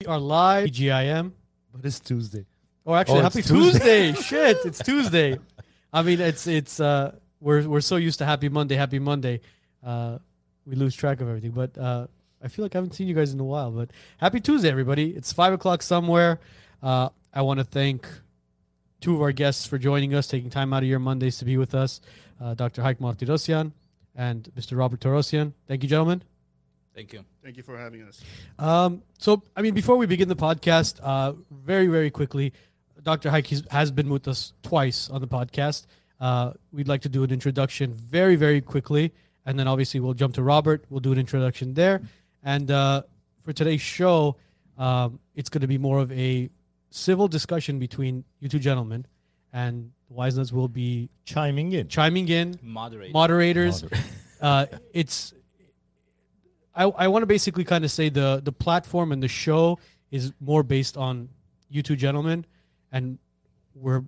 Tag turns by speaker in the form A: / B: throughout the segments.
A: We are live. GIM.
B: But it's Tuesday.
A: Or actually,
B: Oh, it's
A: happy Tuesday. Shit, it's Tuesday. I mean, it's it's uh, we're we're so used to Happy Monday, Happy Monday, uh, we lose track of everything. But uh, I feel like I haven't seen you guys in a while. But Happy Tuesday, everybody! It's five o'clock somewhere. Uh, I want to thank two of our guests for joining us, taking time out of your Mondays to be with us, uh, Dr. Haik Martirosyan and Mr. Robert Torosian. Thank you, gentlemen.
C: Thank you.
D: Thank you for having us.
A: Um, so, I mean, before we begin the podcast, uh, very, very quickly, Dr. Hike has- has been with us twice on the podcast. Uh, we'd like to do an introduction very, very quickly. And then obviously we'll jump to Robert. We'll do an introduction there. And uh, for today's show, um, it's going to be more of a civil discussion between you two gentlemen. And the Wise Nuts will be
B: Chiming in.
A: chiming in
C: Moderate.
A: moderators. Uh, it's I, I want to basically kind of say the the platform and the show is more based on you two gentlemen, and we're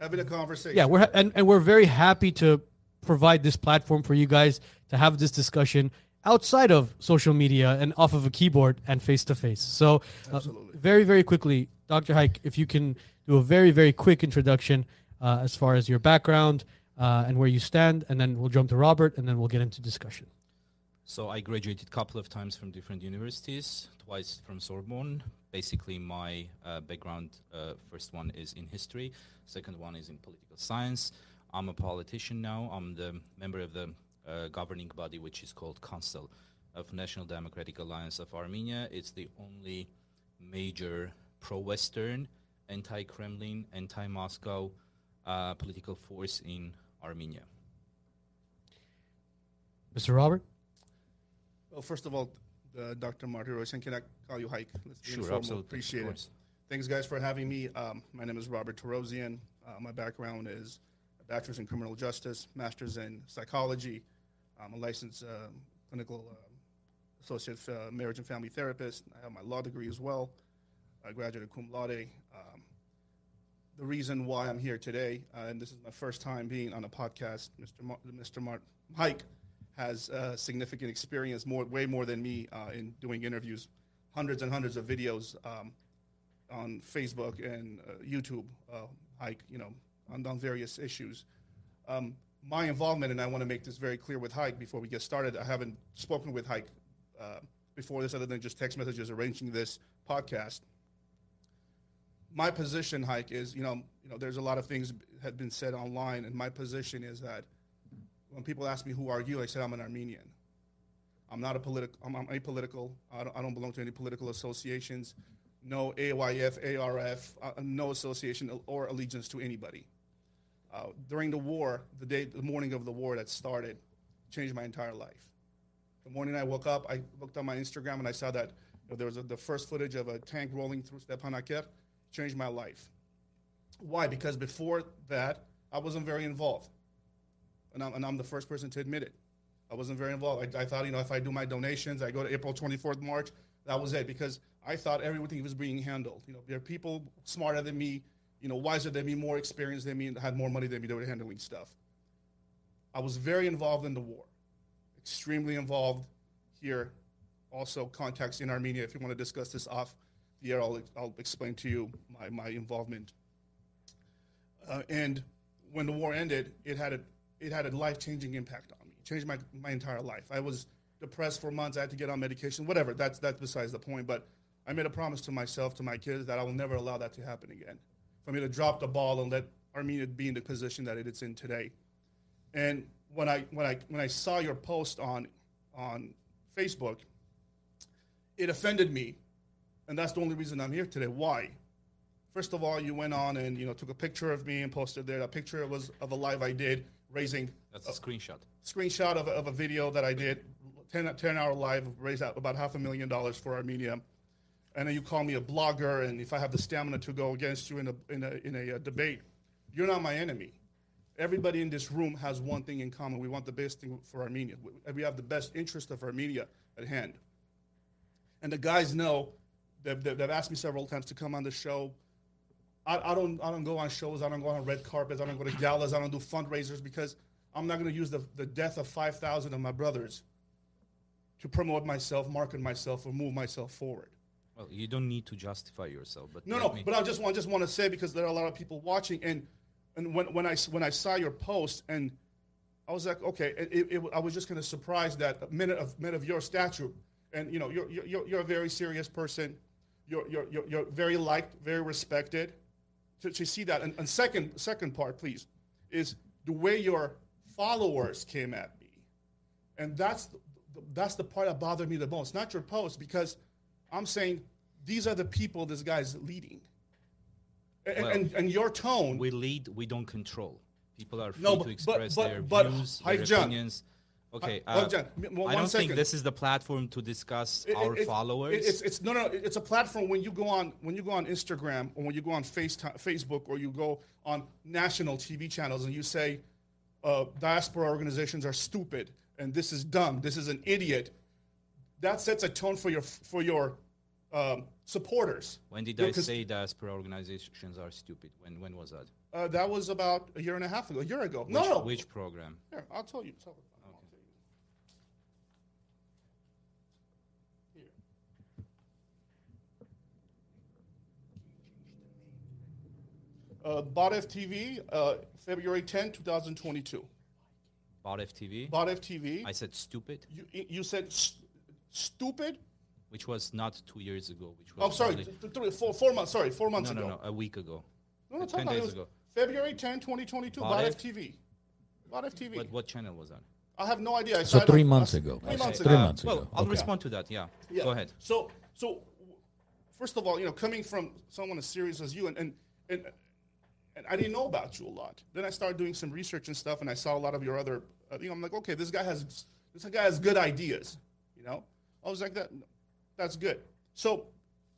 D: Having a conversation.
A: yeah we're ha- and, and we're very happy to provide this platform for you guys to have this discussion outside of social media and off of a keyboard and face to face. So uh,
D: Absolutely.
A: very very quickly, Dr. Hike, if you can do a very very quick introduction uh, as far as your background. Uh, and where you stand, and then we'll jump to Robert, and then we'll get into discussion.
C: So I graduated a couple of times from different universities, twice from Sorbonne. Basically, my uh, background, uh, first one is in history, second one is in political science. I'm a politician now. I'm the member of the uh, governing body, which is called Council of National Democratic Alliance of Armenia. It's the only major pro-Western, anti-Kremlin, anti-Moscow uh, political force in Armenia.
A: Mr. Robert?
D: Well, first of all, uh, Dr. Martirosyan, can I call you Hike? Let's be
C: Sure,
D: informal.
C: absolutely, of
D: Appreciate
C: course.
D: it. Thanks, guys, for having me. Um, my name is Robert Tarosian. Uh, my background is a bachelor's in criminal justice, master's in psychology. I'm a licensed um clinical um associate uh, marriage and family therapist. I have my law degree as well. I graduated cum laude. Um, the reason why I'm here today, uh, and this is my first time being on a podcast, Mr. Mar- Mr. Mar- Mike has uh, significant experience, more way more than me, uh, in doing interviews, hundreds and hundreds of videos um, on Facebook and uh, YouTube, uh, Hike, you know, on, on various issues. Um, my involvement, and I want to make this very clear with Hike before we get started, I haven't spoken with Hike uh, before this other than just text messages arranging this podcast my position, Hike, is you know, you know, there's a lot of things have been said online, and my position is that when people ask me who are you, I said I'm an Armenian. I'm not a political. I'm, I'm apolitical. I don't, I don't belong to any political associations. No AYF, ARF, uh, no association or allegiance to anybody. Uh, during the war, the day, the morning of the war that started, changed my entire life. The morning I woke up, I looked on my Instagram and I saw that you know, there was a, the first footage of a tank rolling through Stepanakert. Changed my life. Why? Because before that, I wasn't very involved, and I'm, and I'm the first person to admit it. I wasn't very involved. I, I thought, you know, if I do my donations, I go to April 24th, March. That was it because I thought everything was being handled. You know, there are people smarter than me, you know, wiser than me, more experienced than me, and had more money than me. They were handling stuff. I was very involved in the war, extremely involved here. Also, contacts in Armenia. If you want to discuss this off the air, I'll, I'll explain to you my, my involvement. Uh, and when the war ended, it had a it had a life changing impact on me. It changed my, my entire life. I was depressed for months. I had to get on medication. Whatever. That's that's besides the point. But I made a promise to myself, to my kids, that I will never allow that to happen again. For me to drop the ball and let Armenia be in the position that it is in today. And when I when I when I saw your post on on Facebook, it offended me, and that's the only reason I'm here today. Why? First of all, you went on and you know took a picture of me and posted there. That picture was of a live I did raising
C: That's a screenshot.
D: screenshot of, a- of a video that I did, 10, 10 hour live, raised out about half a million dollars for Armenia. And then you call me a blogger, and if I have the stamina to go against you in a, in a, in a uh, debate, you're not my enemy. Everybody in this room has one thing in common. We want the best thing for Armenia. We- We have the best interest of Armenia at hand. And the guys know, they've, they've they've asked me several times to come on the show. I, I don't I don't go on shows. I don't go on red carpets. I don't go to galas. I don't do fundraisers because I'm not going to use the, the death of 5,000 of my brothers to promote myself, market myself, or move myself forward.
C: Well, you don't need to justify yourself, but
D: No,
C: let
D: no,
C: me-
D: but I just want just want to say because there are a lot of people watching, and and when when I s- when I saw your post, and I was like, okay, it, it, it, I was just kind of surprised that a minute of men of your stature, and you know, you're you're- you're, you're a very serious person, you're you're you're, you're very liked, very respected. To, to see that, and, and second second part, please, is the way your followers came at me and that's the, that's the part that bothered me the most. Not your post, because I'm saying these are the people this guy's leading, and
C: Well,
D: and, and your tone.
C: we lead, we don't control. People are free
D: No,
C: to
D: but- but-
C: express
D: but-
C: their
D: but,
C: views,
D: hi,
C: their
D: John.
C: opinions. Okay,
D: Hi,
C: uh,
D: John, m- one
C: I don't think
D: second.
C: this is the platform to discuss
D: it-
C: our
D: it- it-
C: followers.
D: it- it's it's no no. it- It's a platform when you go on when you go on Instagram or when you go on FaceTime, Facebook or you go on national TV channels and you say uh, diaspora organizations are stupid and this is dumb. This is an idiot. That sets a tone for your for your um, supporters.
C: when did
D: Your
C: I
D: cons-
C: say diaspora organizations are stupid? When when was that?
D: Uh, that was about a year and a half ago, a year ago.
C: Which,
D: no, no.
C: which program?
D: Here, I'll tell you. Tell I'll tell you. Here. Uh, Bot FTV, uh, February 10, 2022.
C: Bot FTV.
D: Bot FTV,
C: I said stupid,
D: you, you said st- stupid?
C: which was not two years ago. Which was
D: I'm Oh, sorry,
C: only-
D: th- th- three, four, four months, sorry, four months
C: No, no,
D: ago.
C: no, a week ago.
D: No, no,
C: Ten
D: talk about it.
C: days
D: it was
C: ago.
D: February 10, 2022,
C: Bot
D: Bot
C: F-
D: FTV. Bot FTV.
C: What what channel was that?
D: I have no idea. I
B: So
D: signed
B: three
D: up-
B: months
D: I-
B: ago,
D: Three
B: basically.
D: months
B: Three
D: ago.
B: months
C: well,
B: ago,
C: I'll
B: okay.
C: respond to that. Yeah.
D: Yeah.
C: Go ahead.
D: So, so first of all, you know, coming from someone as serious as you, and and and, and I didn't know about you a lot. Then I started doing some research and stuff, and I saw a lot of your other. uh, You know, I'm like, okay, this guy has this guy has good ideas. You know, I was like that. That's good. So.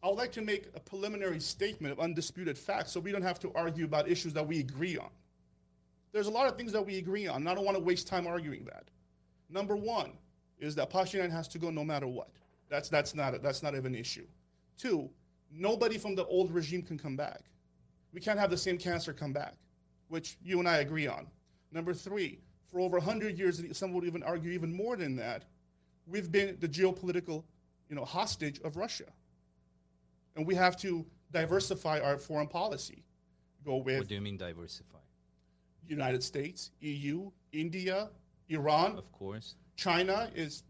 D: I would like to make a preliminary statement of undisputed facts so we don't have to argue about issues that we agree on. There's a lot of things that we agree on, and I don't want to waste time arguing that. Number one is that Pashinyan has to go no matter what. That's that's not that's not even an issue. Two, nobody from the old regime can come back. We can't have the same cancer come back, which you and I agree on. Number three, for over 100 years, and some would even argue even more than that, we've been the geopolitical, you know, hostage of Russia, and we have to diversify our foreign policy. Go with
C: What do you mean diversify?
D: United States, EU, India, Iran,
C: Of course.
D: China is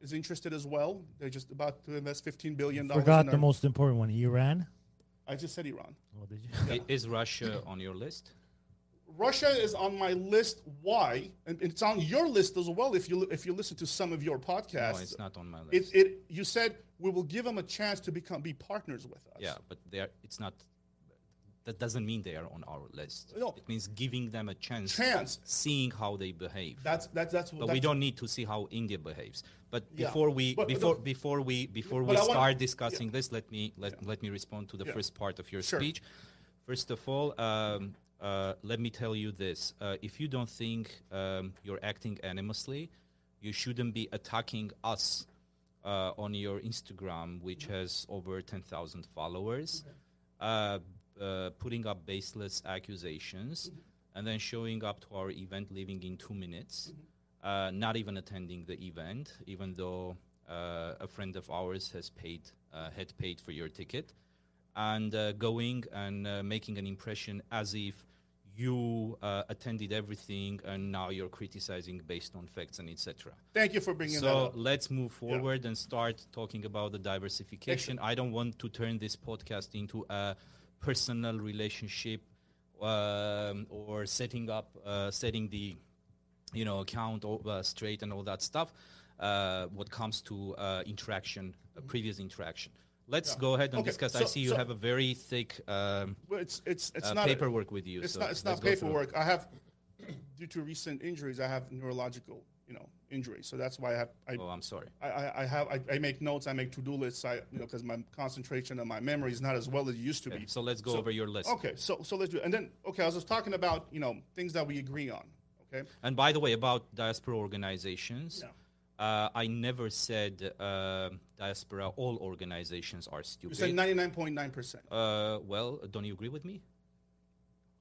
D: is interested as well. They're just about to invest 15 billion dollars.
B: Forgot the most important one, Iran.
D: I just said Iran.
B: Oh, did you?
C: I- Is Russia on your list?
D: Russia is on my list. Why? And it's on your list as well. If you li- if you listen to some of your
C: No,
D: podcasts,
C: it's not on my list.
D: It, it you said we will give them a chance to become be partners with us.
C: Yeah, but they are. It's not. That doesn't mean they are on our list.
D: No.
C: It means giving them a chance,
D: Chance.
C: seeing how they behave.
D: That's that's that's.
C: but we don't need to see how India behaves. But
D: Yeah.
C: before we
D: But- but
C: before
D: the-
C: before we before
D: But
C: we
D: I wanna-
C: start discussing this, let me let, let me respond to the
D: Yeah.
C: first part of your
D: Sure.
C: speech. First of all, um, uh, let me tell you this: uh, if you don't think um, you're acting animously, you shouldn't be attacking us uh, on your Instagram, which has over ten thousand followers, uh, uh, putting up baseless accusations, and then showing up to our event, leaving in two minutes uh, not even attending the event, even though uh, a friend of ours has paid uh, had paid for your ticket, and uh, going and uh, making an impression as if you uh, attended everything and now you're criticizing based on facts and etc.
D: Thank you for bringing that
C: So
D: up.
C: let's move forward and start talking about the diversification. I don't want to turn this podcast into a personal relationship um, or setting up, uh, setting the, you know, account o- uh, straight and all that stuff. Uh, what comes to uh, interaction, uh, previous interaction. Let's go ahead and
D: Mm-hmm. Okay,
C: discuss. I
D: so-
C: see you
D: so-
C: have a very thick um,
D: Well, It's it's it's
C: uh,
D: not a-
C: paperwork with you.
D: It's
C: so
D: not. It's
C: let's
D: not
C: go through.
D: paperwork. I have, due to recent injuries, I have neurological, you know, injuries. So that's why I have. I,
C: Oh, I'm sorry.
D: I, I, I have. I, I make notes. I make to-do lists. I, you know, because my concentration and my memory is not as well as it used to be.
C: So let's go over your list.
D: Okay. So so let's do. It. And then okay, I was just talking about you know things that we agree on. Okay.
C: And by the way, about diaspora organizations,
D: Yeah.
C: uh, I never said uh, diaspora. All organizations are
D: You
C: stupid.
D: said ninety-nine point nine percent.
C: uh, well, don't you agree with me?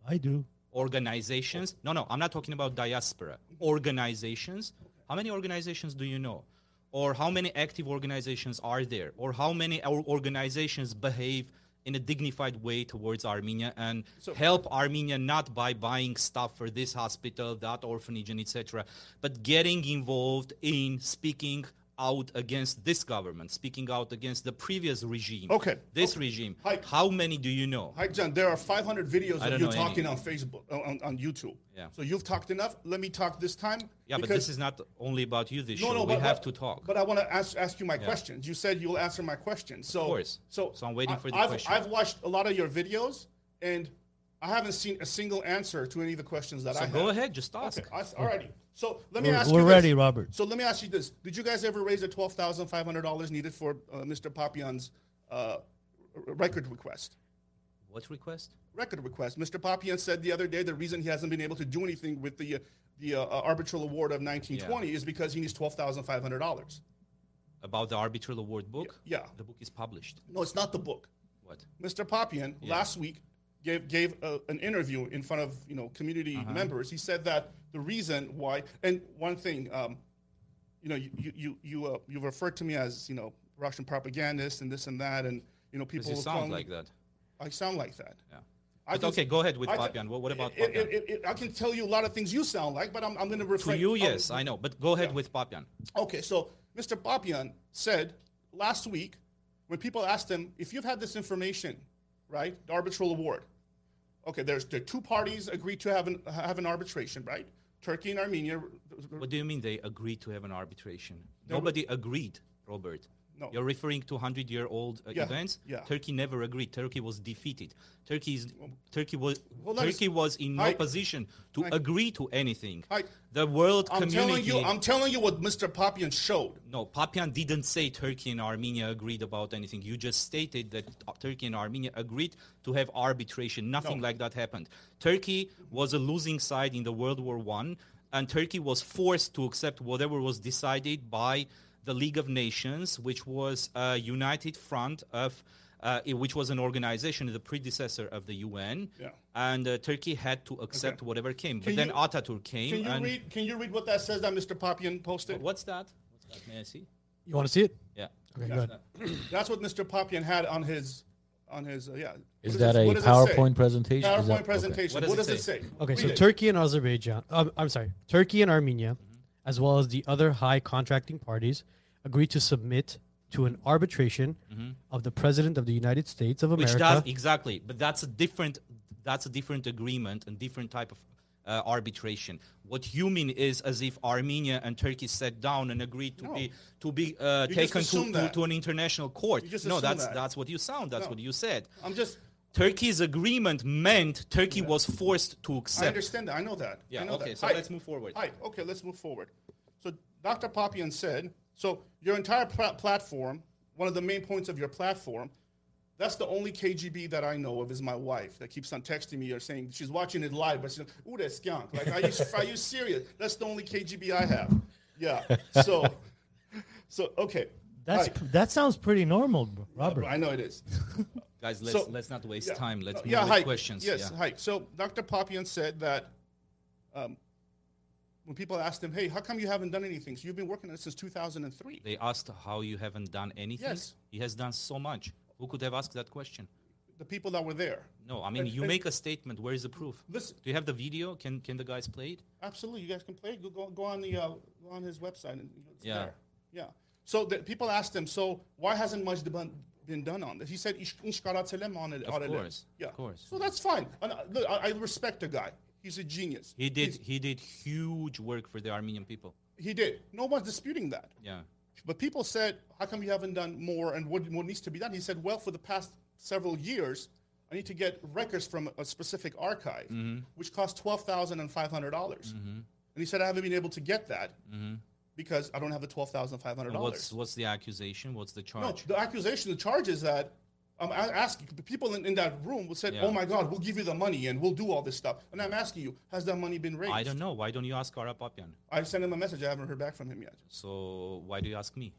B: I do.
C: Organizations? No, no, I'm not talking about diaspora. Organizations. How many organizations do you know? or how many active organizations are there or how many or- organizations behave in a dignified way towards Armenia and help Armenia not by buying stuff for this hospital, that orphanage, and etc., but getting involved in speaking out against this government, speaking out against the previous regime.
D: Okay,
C: This
D: okay.
C: regime.
D: Hi.
C: How many do you know?
D: Hi, John. There are 500 videos
C: I
D: of
C: don't
D: you
C: know
D: talking
C: any.
D: on Facebook, uh, on, on YouTube.
C: Yeah.
D: So you've talked enough. Let me talk this time.
C: Yeah, but this is not only about you. This show. we
D: but-
C: have to
D: but-
C: talk.
D: But I want to ask ask you my questions. You said you'll answer my questions. So, of
C: course.
D: So,
C: So I'm waiting for the
D: I've,
C: question.
D: I've watched a lot of your videos, and I haven't seen a single answer to any of the questions that I
C: so
D: have.
C: go ahead, just ask.
D: Okay, I- alrighty. So let me
B: We're,
D: ask
B: we're
D: you
B: ready,
D: this.
B: Robert.
D: So let me ask you this: Did you guys ever raise the twelve thousand five hundred dollars needed for uh, Mr. Papian's uh, r- r- record request?
C: What request?
D: record request. Mr. Papian said the other day the reason he hasn't been able to do anything with the uh, the uh, arbitral award of 1920 is because he needs twelve thousand five hundred dollars.
C: About the arbitral award book?
D: yeah.
C: The book is published.
D: No, it's not the book.
C: What?
D: Mr. Papian last week gave gave uh an interview in front of you know community
C: Uh-huh.
D: members. He said that the reason why and one thing, um, you know, you you you you, uh, you referred to me as you know Russian propagandist and this and that and you know
C: Does
D: people
C: it
D: were
C: sound
D: calling-
C: like that?
D: I sound like that.
C: Yeah.
D: I
C: But
D: can-
C: okay, go ahead with
D: I can-
C: Papian. What- what about
D: it- it-
C: Papian?
D: it- it- I can tell you a lot of things you sound like, but I'm, I'm going to
C: To
D: refrain.
C: you,
D: I'll-
C: yes, I know. But go ahead with Papian.
D: Okay, so Mr. Papian said last week when people asked him if you've had this information, right, the arbitral award. Okay, there's the two parties agreed to have an have an arbitration, right? Turkey and Armenia.
C: What do you mean they agreed to have an arbitration? Nobody agreed, Robert.
D: No.
C: You're referring to 100 year old uh,
D: Yeah,
C: events?
D: yeah.
C: Turkey never agreed. Turkey was defeated. Turkey, is, Turkey was
D: Well, let me
C: Turkey was in no
D: I-
C: position to
D: I-
C: agree to anything.
D: I-
C: the world
D: I'm telling
C: community
D: you, I'm telling you what Mr. Papian showed.
C: No, Papian didn't say Turkey and Armenia agreed about anything. You just stated that Turkey and Armenia agreed to have arbitration. Nothing like that happened. Turkey was a losing side in the World War One, and Turkey was forced to accept whatever was decided by the League of Nations, which was a united front of, uh, i- which was an organization, the predecessor of the UN.
D: Yeah.
C: And uh, Turkey had to accept whatever came. But
D: Can
C: then
D: you-
C: Ataturk came.
D: Can you
C: and
D: read? Can you read what that says that Mr. Papian posted?
C: What's that? What's that? May I see?
A: You want to see it?
C: Yeah.
A: Okay, go ahead.
D: That's what Mr. Papian had on his, on his, uh, yeah.
E: Is
D: What
E: that
D: does it-
E: a
D: what does it say?
E: PowerPoint presentation? Is that-
D: PowerPoint
E: okay.
D: presentation.
C: What
D: What
C: does
D: does
C: it
D: it say?
A: Okay, so
D: Read it.
A: Turkey and Azerbaijan, um, I'm sorry, Turkey and Armenia, as well as the other high contracting parties, agreed to submit to an arbitration of the President of the United States of
C: Mm-hmm. which
A: America.
C: does e exactly but that's a different that's a different agreement and different type of uh, arbitration what you mean is as if armenia and turkey sat down and agreed to be to be uh,
D: You just
C: taken to,
D: assume
C: to,
D: that.
C: to an international court
D: You just
C: no
D: assume
C: that's
D: that.
C: that's what you sound that's
D: No.
C: what you said
D: I'm just.
C: turkey's agreement meant turkey was forced to
D: I
C: accept
D: understand that. I know that.
C: Yeah,
D: I know
C: okay,
D: that.
C: so let's move forward.
D: Hi. Okay. Let's move forward. So Dr. Papian said. So your entire pla- platform, one of the main points of your platform, that's the only KGB that I know of is my wife that keeps on texting me or saying she's watching it live, but she's like, "Ooh, that's skunk." Like, are you are you serious? That's the only KGB I have. Yeah. So, so okay.
B: That's
D: Hi.
B: pr- that sounds pretty normal, bro- Robert.
D: I know it is.
C: guys let's
D: So-
C: let's not waste
D: Yeah.
C: time let's
D: No,
C: move
D: yeah,
C: with
D: hi.
C: questions
D: Yes,
C: yeah.
D: hi. So Dr. Papian said that um, when people asked him, "Hey, how come you haven't done anything? So you've been working on it since 2003."
C: they asked how you haven't done anything
D: Yes.
C: he has done so much who could have asked that question
D: The people that were there,
C: No, I mean
D: And-
C: you
D: and-
C: make a statement. Where is the proof?
D: Listen-
C: Do you have the video? Can can the guys play it?
D: absolutely. You guys can play. Go go, go on the uh, go on his website and it's
C: Yeah.
D: there. yeah. So the, people asked him, "So why hasn't much done- been done on this?" He said, "İş- "İş karatelem on it."
C: Of
D: on it."
C: course,
D: yeah.
C: of course.
D: So that's fine. And, uh, look, I, I respect the guy. He's a genius.
C: He did
D: He's-
C: he did huge work for the Armenian people.
D: he did. No one's disputing that.
C: Yeah.
D: But people said, how come you haven't done more and what, what needs to be done? He said, well, for the past several years, I need to get records from a specific archive,
C: Mm-hmm.
D: which cost $12,500. dollars And he said, I haven't been able to get that
C: Mm-hmm.
D: because I don't have the $12,500.
C: And what's what's the accusation? What's the
D: No,
C: charge?
D: the accusation, the charge is that I'm a- asking the people in, in that room will said,
C: Yeah.
D: oh my God, we'll give you the money and we'll do all this stuff. And I'm asking you, has that money been raised?
C: I don't know. Why don't you ask Arapapian?
D: I sent him a message. I haven't heard back from him yet.
C: So why do you ask me?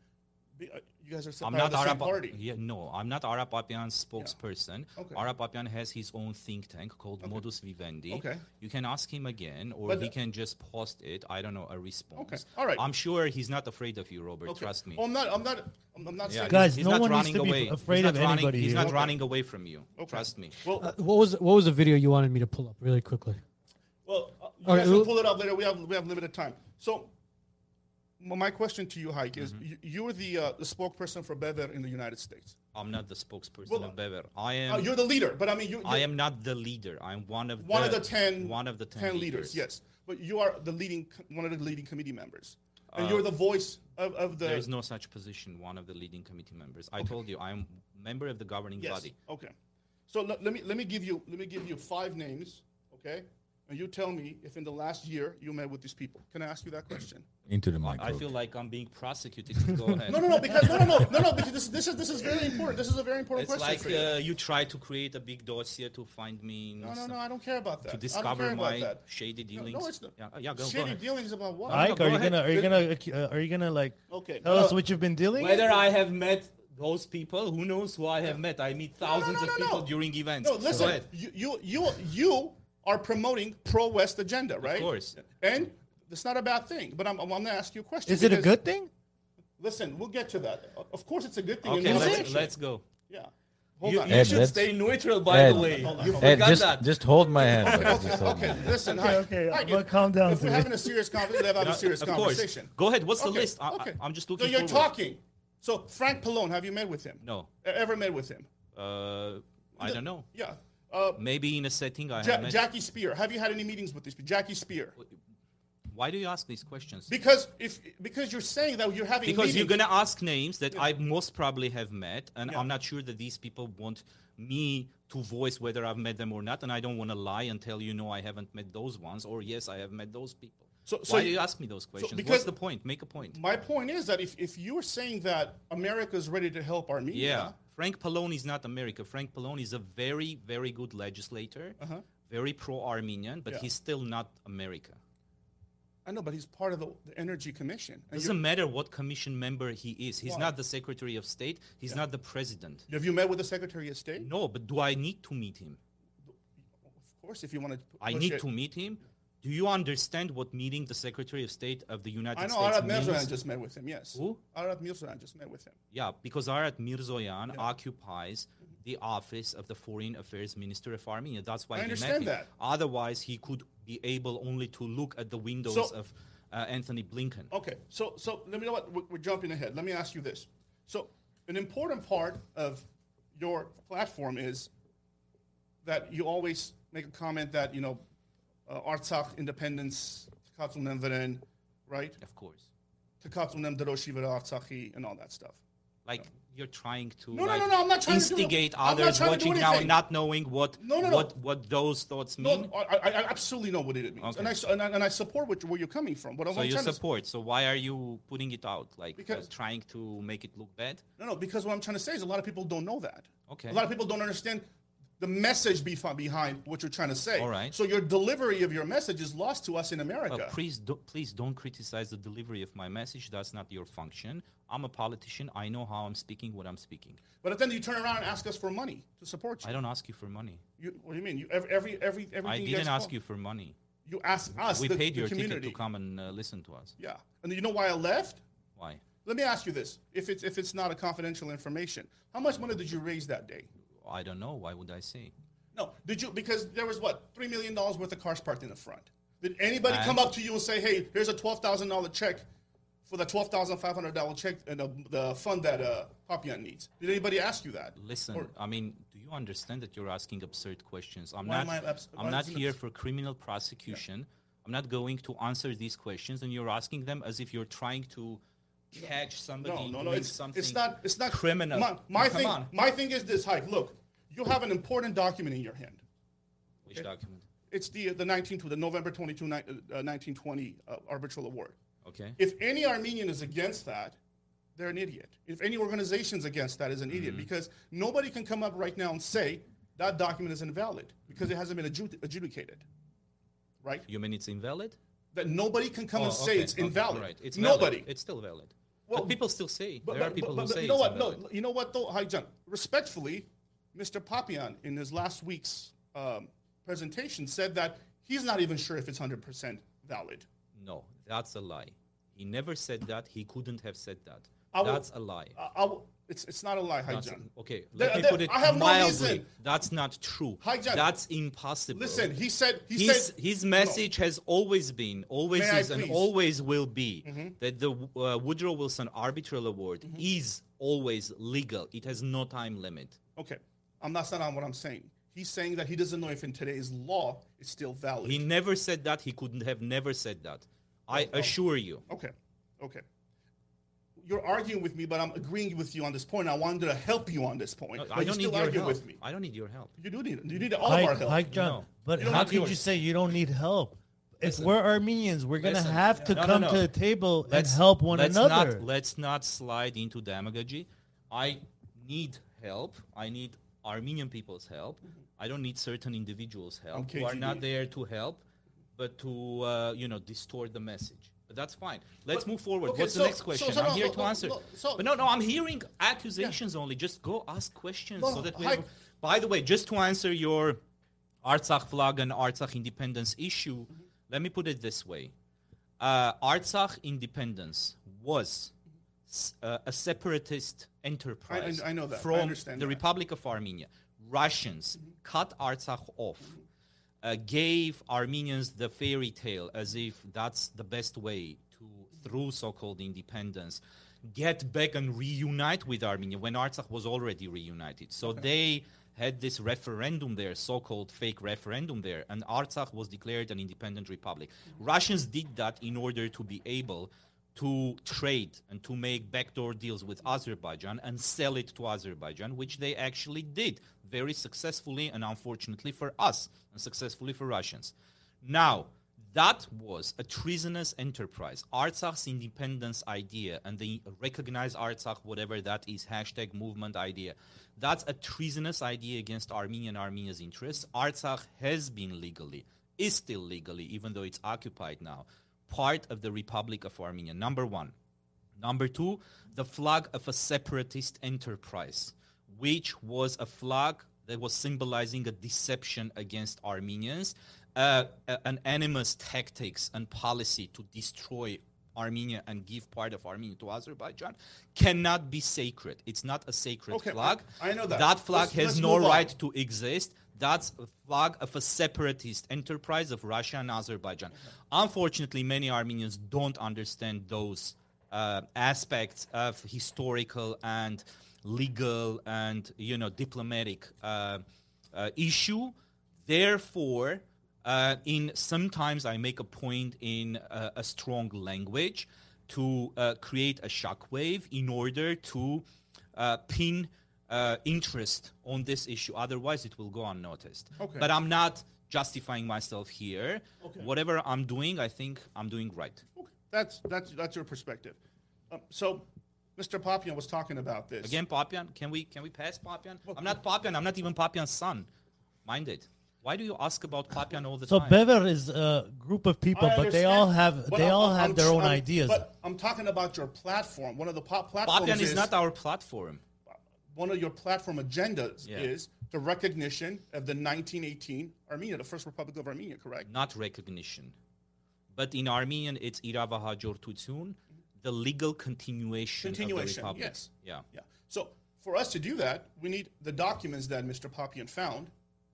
D: Be, uh, you guys are
C: I'm
D: part
C: not
D: of the same
C: Arab.
D: party.
C: Yeah, no, I'm not Arab Papian's spokesperson.
D: Okay.
C: Arab Papian has his own think tank called Modus Vivendi.
D: Okay.
C: You can ask him again, or
D: But
C: he
D: the-
C: can just post it. I don't know a response.
D: all right.
C: I'm sure he's not afraid of you, Robert.
D: Okay.
C: Trust me.
D: Oh, I'm not. I'm not. I'm, I'm not
C: Yeah,
D: saying.
B: Guys,
C: he's
B: no
C: not
B: one needs
C: running
B: to be
C: away.
B: f- afraid
C: he's not
B: of
C: running,
B: anybody
C: He's
B: here.
C: not
D: Okay.
C: running away from you.
D: Okay.
C: Trust me.
D: Well,
A: Uh, what was what was the video you wanted me to pull up really quickly?
D: Well, uh, you
A: All right,
D: guys can
A: who-
D: pull it up later. We have we have limited time. So, m- my question to you, Hike, is
C: Mm-hmm.
D: you, you're the uh, the spokesperson for Bever in the United States.
C: I'm not the spokesperson
D: Well,
C: of Bever. I
D: Uh,
C: am.
D: you're the leader, but I mean, you,
C: I
D: you're
C: am not the leader. I'm one of
D: one
C: the,
D: of the ten
C: one of the ten,
D: leaders. Yes, but you are the leading co- one of the leading committee members, and
C: Uh,
D: you're the voice of, of the.
C: There is no such position. One of the leading committee members. I told you, I am member of the governing
D: yes.
C: body.
D: Okay, so le- let me let me give you let me give you five names. Okay, and you tell me if in the last year you met with these people. Can I ask you that question?
E: into the mic.
C: I feel like I'm being prosecuted. Go ahead.
D: No, no, no, because no, no, no, no, no, because this, this is this is very important. This is a very important
C: It's
D: question.
C: like
D: for you.
C: uh, you try to create a big dossier to find me. in
D: No, no,
C: some-
D: no, I don't care about that.
C: To
D: I don't
C: discover
D: care about
C: my
D: that.
C: shady
D: No,
C: dealings.
D: No, it's not.
C: Yeah, yeah, go, go
D: Shady
C: ahead.
D: dealings about what?
B: Ike,
C: go
B: are you
C: ahead.
B: gonna are you gonna uh, are you gonna like
D: Okay.
B: tell us
D: Uh,
B: what you've been dealing?
C: Whether I have met those people, who knows who I have met? I meet thousands
D: no,
C: of
D: no,
C: people
D: no.
C: during events.
D: No,
C: Go
D: listen.
C: ahead.
D: You, you, you, you are promoting pro-West agenda, right?
C: course.
D: And it's not a bad thing. But I'm, I'm going to ask you a question.
B: Is it a
D: because-
B: good thing?
D: Listen, we'll get to that. O- Of course, it's a good thing. in
C: Okay,
D: this
C: let's,
D: election.
C: let's go.
D: Yeah. Hold
C: you
D: on.
C: you
E: Ed,
C: should
E: let's-
C: stay neutral, by
E: Ed,
C: the way. You forgot
E: Ed, just
C: that.
E: just hold my hand. brother,
D: Okay,
E: just hold my
D: okay,
E: hand.
D: listen.
B: Okay,
D: hi.
B: okay,
D: Hi,
B: I'm gonna calm down
D: If we're
B: today.
D: having a serious conversation, let's have a serious
C: of course.
D: conversation.
C: Go ahead. What's the
D: Okay,
C: list? I,
D: okay.
C: I, am just
D: So
C: looking.
D: you're
C: forward.
D: talking. So Frank Pallone, have you met with him?
C: No.
D: E- Ever met with him?
C: Uh, I don't know.
D: Yeah. Uh,
C: Maybe in a setting I
D: Ja-
C: have met.
D: Jackie Spear. Have you had any meetings with this? Jackie Spear.
C: Why do you ask these questions?
D: Because if because you're saying that you're having
C: because you're
D: meetings-
C: gonna ask names that I most probably have met, and
D: Yeah.
C: I'm not sure that these people want me to voice whether I've met them or not, and I don't want to lie and tell you no, I haven't met those ones, or yes, I have met those people.
D: So-
C: So,
D: so
C: why
D: you-
C: do you ask me those questions?
D: because-
C: What's the point? Make a point.
D: My point is that if, if you're saying that America's ready to help
C: Yeah.
D: Armenia,
C: Frank Pallone is not America. Frank Pallone is a very, very good legislator, very pro-Armenian, but
D: Uh-huh. Yeah.
C: he's still not America.
D: I know, but he's part of the, the Energy Commission. And
C: Doesn't matter what commission member he is. He's
D: Why?
C: not the Secretary of State. He's not the President.
D: you- have you met with the Secretary of State?
C: No, but do I need to meet him?
D: Of course, if you want to.
C: I
D: push
C: need
D: it.
C: to meet him. Do you understand what meeting the Secretary of State of the United
D: I know
C: States
D: Arad
C: means?
D: Mirzoyan just met with him. Yes.
C: Who?
D: Arad Mirzoyan just met with him.
C: yeah, because Arat Mirzoyan occupies the office of the Foreign Affairs Minister of Armenia. That's why
D: I
C: he met
D: understand
C: him.
D: that.
C: Otherwise, he could be able only to look at the windows
D: So- Oh.
C: of uh, Anthony Blinken.
D: Okay, so so let me know what we're, we're jumping ahead. Let me ask you this. So an important part of your platform is that you always make a comment that you know uh, Artsakh independence, Tekatunam Veren, right?
C: Of course,
D: Tekatunam Daroshi Veren Artsakhi and all that stuff.
C: like you're trying to
D: No, no,
C: like,
D: no, no, I'm not trying to do-
C: instigate
D: I'm not
C: others
D: trying to do
C: watching now,
D: anything.
C: not knowing what
D: No, no, no.
C: what what those thoughts mean.
D: No, I, I I absolutely know what it means,
C: Mm-hmm. Okay.
D: and, I, s- and I and I support what, you- where you're coming from. What
C: So
D: I'm
C: you
D: trying to
C: support. So why are you putting it out? Like uh,
D: Because-
C: trying to make it look bad?
D: No, no, because what I'm trying to say is a lot of people don't know that.
C: Okay.
D: A lot of people don't understand the message bef- behind what you're trying to say.
C: All right.
D: So your delivery of your message is lost to us in
C: Uh,
D: America.
C: please, do, please don't criticize the delivery of my message. That's not your function. I'm a politician. I know how I'm speaking, what I'm speaking.
D: but then you turn around and ask us for money to support you.
C: I don't ask you for money.
D: you what do you mean? You, every, every, every, everything
C: I
D: guys
C: didn't ask
D: want.
C: you for money.
D: You ask us.
C: We
D: the,
C: paid
D: the
C: your
D: community.
C: ticket to come and uh, listen to us.
D: Yeah. And you know why I left?
C: Why?
D: Let me ask you this: if it's if it's not a confidential information, how much money did you raise that day?
C: I don't know. Why would I say?
D: No, did you? Because there was what three million dollars worth of cars parked in the front. Did anybody
C: And-
D: come up to you and say, "Hey, here's a twelve thousand dollar check for the twelve thousand five hundred dollar check and the, the fund that uh, Papian needs"? Did anybody ask you that?
C: Listen,
D: Or-
C: I mean, do you understand that you're asking absurd questions? I'm
D: Why am
C: not.
D: I abs- why
C: I'm not
D: is it
C: here
D: abs-
C: for criminal prosecution. I'm not going to answer these questions, and you're asking them as if you're trying to catch somebody
D: no, no, no.
C: doing
D: It's,
C: something.
D: it's not. It's not
C: criminal.
D: My, my
C: Come
D: thing.
C: on.
D: My thing is this, Hype. Look, you have an important document in your hand.
C: Which document?
D: It's the the 19 the November 22 ni- uh, 1920 uh, arbitral award.
C: Okay.
D: If any Armenian is against that, they're an idiot. If any organization's against that is an
C: Mm-hmm.
D: idiot because nobody can come up right now and say that document is invalid because it hasn't been adjudi- adjudicated. Right?
C: You mean it's invalid?
D: That nobody can come
C: Oh,
D: and say
C: okay,
D: it's
C: okay,
D: invalid.
C: alright, It's
D: nobody.
C: Valid. It's still valid.
D: Well,
C: Well, people still say.
D: But,
C: there
D: but-
C: are people
D: but-
C: who
D: but
C: say.
D: you know
C: it's
D: what?
C: invalid.
D: No, you know what though, Haijan. Respectfully, Mr. Papian in his last week's um, presentation said that he's not even sure if it's hundred percent valid.
C: No, that's a lie. He never said that. He couldn't have said that.
D: I will-
C: that's a lie.
D: Uh, I, I will- it's it's not a lie,
C: That's-
D: Haijan.
C: okay, let
D: There-
C: me
D: there-
C: put it
D: I have no
C: mildly.
D: reason.
C: That's not true.
D: Hijack.
C: That's impossible.
D: Listen, he said he
C: his,
D: said
C: his message has always been, always
D: May I
C: is, and
D: please? Mm-hmm.
C: always will be that the uh, Woodrow Wilson Arbitral Award is always legal. It has no time limit.
D: Okay, I'm not saying on what I'm saying. He's saying that he doesn't know if in today's law it's still valid.
C: He never said that. He couldn't have never said that.
D: Oh,
C: I assure you.
D: Okay, okay. You're arguing with me, but I'm agreeing with you on this point. I wanted to help you on this point.
C: No,
D: but
C: I
D: you
C: don't
D: still
C: need your
D: argue
C: help.
D: with me.
C: I don't need your help.
D: You do need you need all of our
B: Hike,
D: help.
B: Hike John,
C: No.
B: but
D: You don't
B: how
D: have
B: could you
D: yours.
B: say you don't need help? If
C: Listen.
B: we're Armenians, we're gonna
C: Listen.
B: have to
C: No, no,
B: come
C: no.
B: to the table and help one another.
C: Not, let's not slide into demagogy. I need help. I need Armenian people's help.
D: Mm-hmm.
C: I don't need certain individuals' help
D: Okay,
C: who are not
D: GD.
C: there to help, but to uh, you know distort the message. But that's fine. Let's move forward.
D: okay,
C: What's
D: so-
C: the next
D: so-
C: question?
D: so
C: I'm
D: no,
C: here
D: no,
C: to
D: no,
C: answer.
D: no, so-
C: but no, no, I'm hearing accusations only. Just go ask questions
D: No,
C: so that we.
D: I-
C: have- By the way, just to answer your Artsakh flag and Artsakh independence issue,
D: Mm-hmm.
C: let me put it this way uh, Artsakh independence was s- uh, a separatist enterprise.
D: I- I know that. I
C: From
D: understand
C: the
D: that. Mm-hmm.
C: Republic of Armenia. Russians cut Artsakh off, uh, gave Armenians the fairy tale as if that's the best way to, through so called independence, get back and reunite with Armenia when Artsakh was already reunited. So they had this referendum there, so called fake referendum there, and Artsakh was declared an independent republic. Russians did that in order to be able to trade and to make backdoor deals with Azerbaijan and sell it to Azerbaijan, which they actually did very successfully and unfortunately for us and successfully for Russians. Now, that was a treasonous enterprise. Artsakh's independence idea and the recognize Artsakh, whatever that is, hashtag movement idea. That's a treasonous idea against Armenia and Armenia's interests. Artsakh has been legally, is still legally, even though it's occupied now, part of the Republic of Armenia. Number one. Number two, the flag of a separatist enterprise, which was a flag that was symbolizing a deception against Armenians, uh, a- an animus tactics and policy to destroy Armenia and give part of Armenia to Azerbaijan, cannot be sacred. It's not a sacred
D: Okay,
C: flag.
D: I- I know that.
C: That flag
D: Let's-
C: has
D: let's
C: no
D: move on.
C: right to exist. That's a flag of a separatist enterprise of Russia and Azerbaijan. Unfortunately, many Armenians don't understand those uh, aspects of historical and legal and you know diplomatic uh, uh, issue. Therefore, uh, in sometimes I make a point in uh, a strong language to uh, create a shockwave in order to uh, pin uh, interest on this issue. Otherwise, it will go unnoticed.
D: Okay.
C: But I'm not justifying myself here. Whatever I'm doing, I think I'm doing right.
D: Okay, That's that's that's your perspective. Um, so, Mr. Papian was talking about this
C: Again, Papian, can we can we pass Papian? I'm not Papian. I'm not even Papian's son. Mind it. Why do you ask about Papian all the
B: so
C: time?
B: Bever is a group of people,
D: I
B: but they all
D: understand,
B: have
D: but
B: they
D: I'm-
B: all
D: I'm-
B: have
D: I'm
B: their
D: tr-
B: own
D: I'm-
B: ideas.
D: But I'm talking about your platform. One of the pop platforms
C: Papian is not our platform.
D: one of your platform agendas
C: Yeah.
D: is the recognition of the 1918 Armenia, the First Republic of Armenia. Correct.
C: not recognition. But in Armenian, it's irava hajortutsun, the legal continuation, of the
D: Continuation,
C: republic.
D: yes.
C: Yeah.
D: Yeah. So for us to do that, we need the documents that Mr. Papian found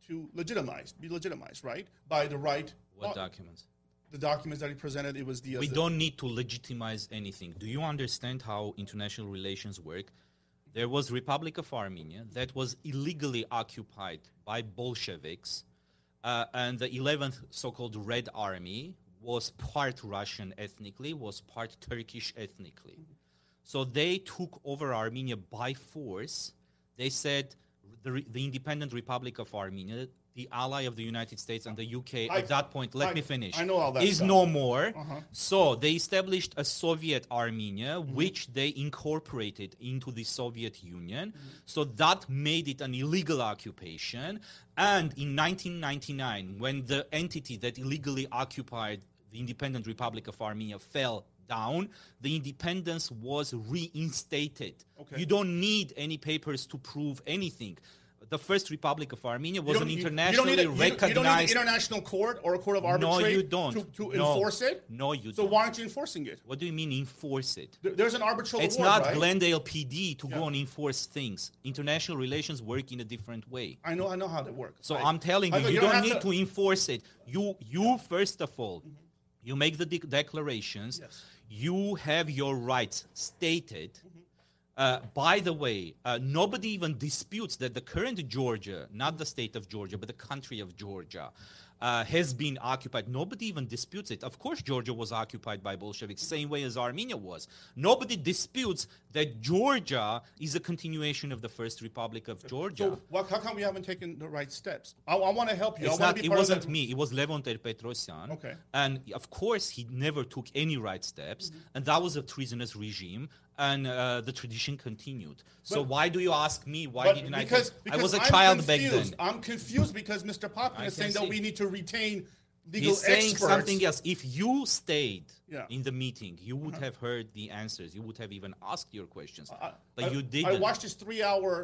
D: to legitimize, be legitimized, right, by the right.
C: What
D: doc-
C: documents?
D: The documents that he presented, it was the.
C: We
D: the-
C: don't need to legitimize anything. Do you understand how international relations work? There was Republic of Armenia that was illegally occupied by Bolsheviks, uh, and the 11th so-called Red Army was part Russian ethnically, was part Turkish ethnically. So they took over Armenia by force. They said the, re- the independent Republic of Armenia, the ally of the United States and the UK
D: I-
C: at that point, let
D: I-
C: me finish,
D: I know all that
C: is
D: stuff.
C: no more.
D: Uh-huh.
C: So they established a Soviet Armenia,
D: Mm-hmm.
C: which they incorporated into the Soviet Union. So that made it an illegal occupation. And in 1999, when the entity that illegally occupied the Independent Republic of Armenia fell down, the independence was reinstated.
D: Okay.
C: You don't need any papers to prove anything. The First Republic of Armenia was an
D: you- you don't
C: internationally
D: need a- you- You don't need an
C: recognized.
D: international court or a court of
C: no,
D: arbitration
C: you don't.
D: to, to
C: No.
D: enforce it.
C: No, you
D: So
C: don't.
D: why aren't you enforcing it?
C: What do you mean enforce it?
D: There- There's an arbitral
C: It's
D: award,
C: not
D: right?
C: Glendale PD to go
D: Yeah.
C: and enforce things. International relations work in a different way.
D: I know, I know how they work.
C: So
D: Right.
C: I'm telling
D: I
C: you,
D: know
C: you, don't,
D: have Mm-hmm.
C: need to... enforce it. You, you first of all, you make the dec declarations.
D: Yes. Mm-hmm.
C: You have your rights stated. Uh, by the way, uh, nobody even disputes that the current Georgia, not the state of Georgia, but the country of Georgia, uh, has been occupied. Nobody even disputes it. Of course, Georgia was occupied by Bolsheviks, same way as Armenia was. Nobody disputes that Georgia is a continuation of the First Republic of Georgia.
D: So why, how come we haven't taken the right steps? I, I want to help you. I
C: It's
D: want
C: not,
D: to be
C: it
D: part
C: wasn't
D: of that-
C: me. It was Levon Petrosyan.
D: Okay.
C: And of course, he never took any right steps.
D: Mm-hmm.
C: And that was a treasonous regime. And uh, the tradition continued. So why do you ask me? Why
D: But
C: didn't
D: because,
C: I? take-
D: because
C: I was a
D: I'm
C: child
D: confused.
C: back then.
D: I'm confused because Mr. Popkin
C: I
D: is
C: can
D: saying that
C: see.
D: we need to retain legal
C: He's saying
D: experts.
C: something else. If you stayed
D: Yeah. Uh-huh.
C: in the meeting, you would have heard the answers. You would have even asked your questions.
D: I-
C: but
D: I-
C: you
D: I
C: didn't.
D: watched his three-hour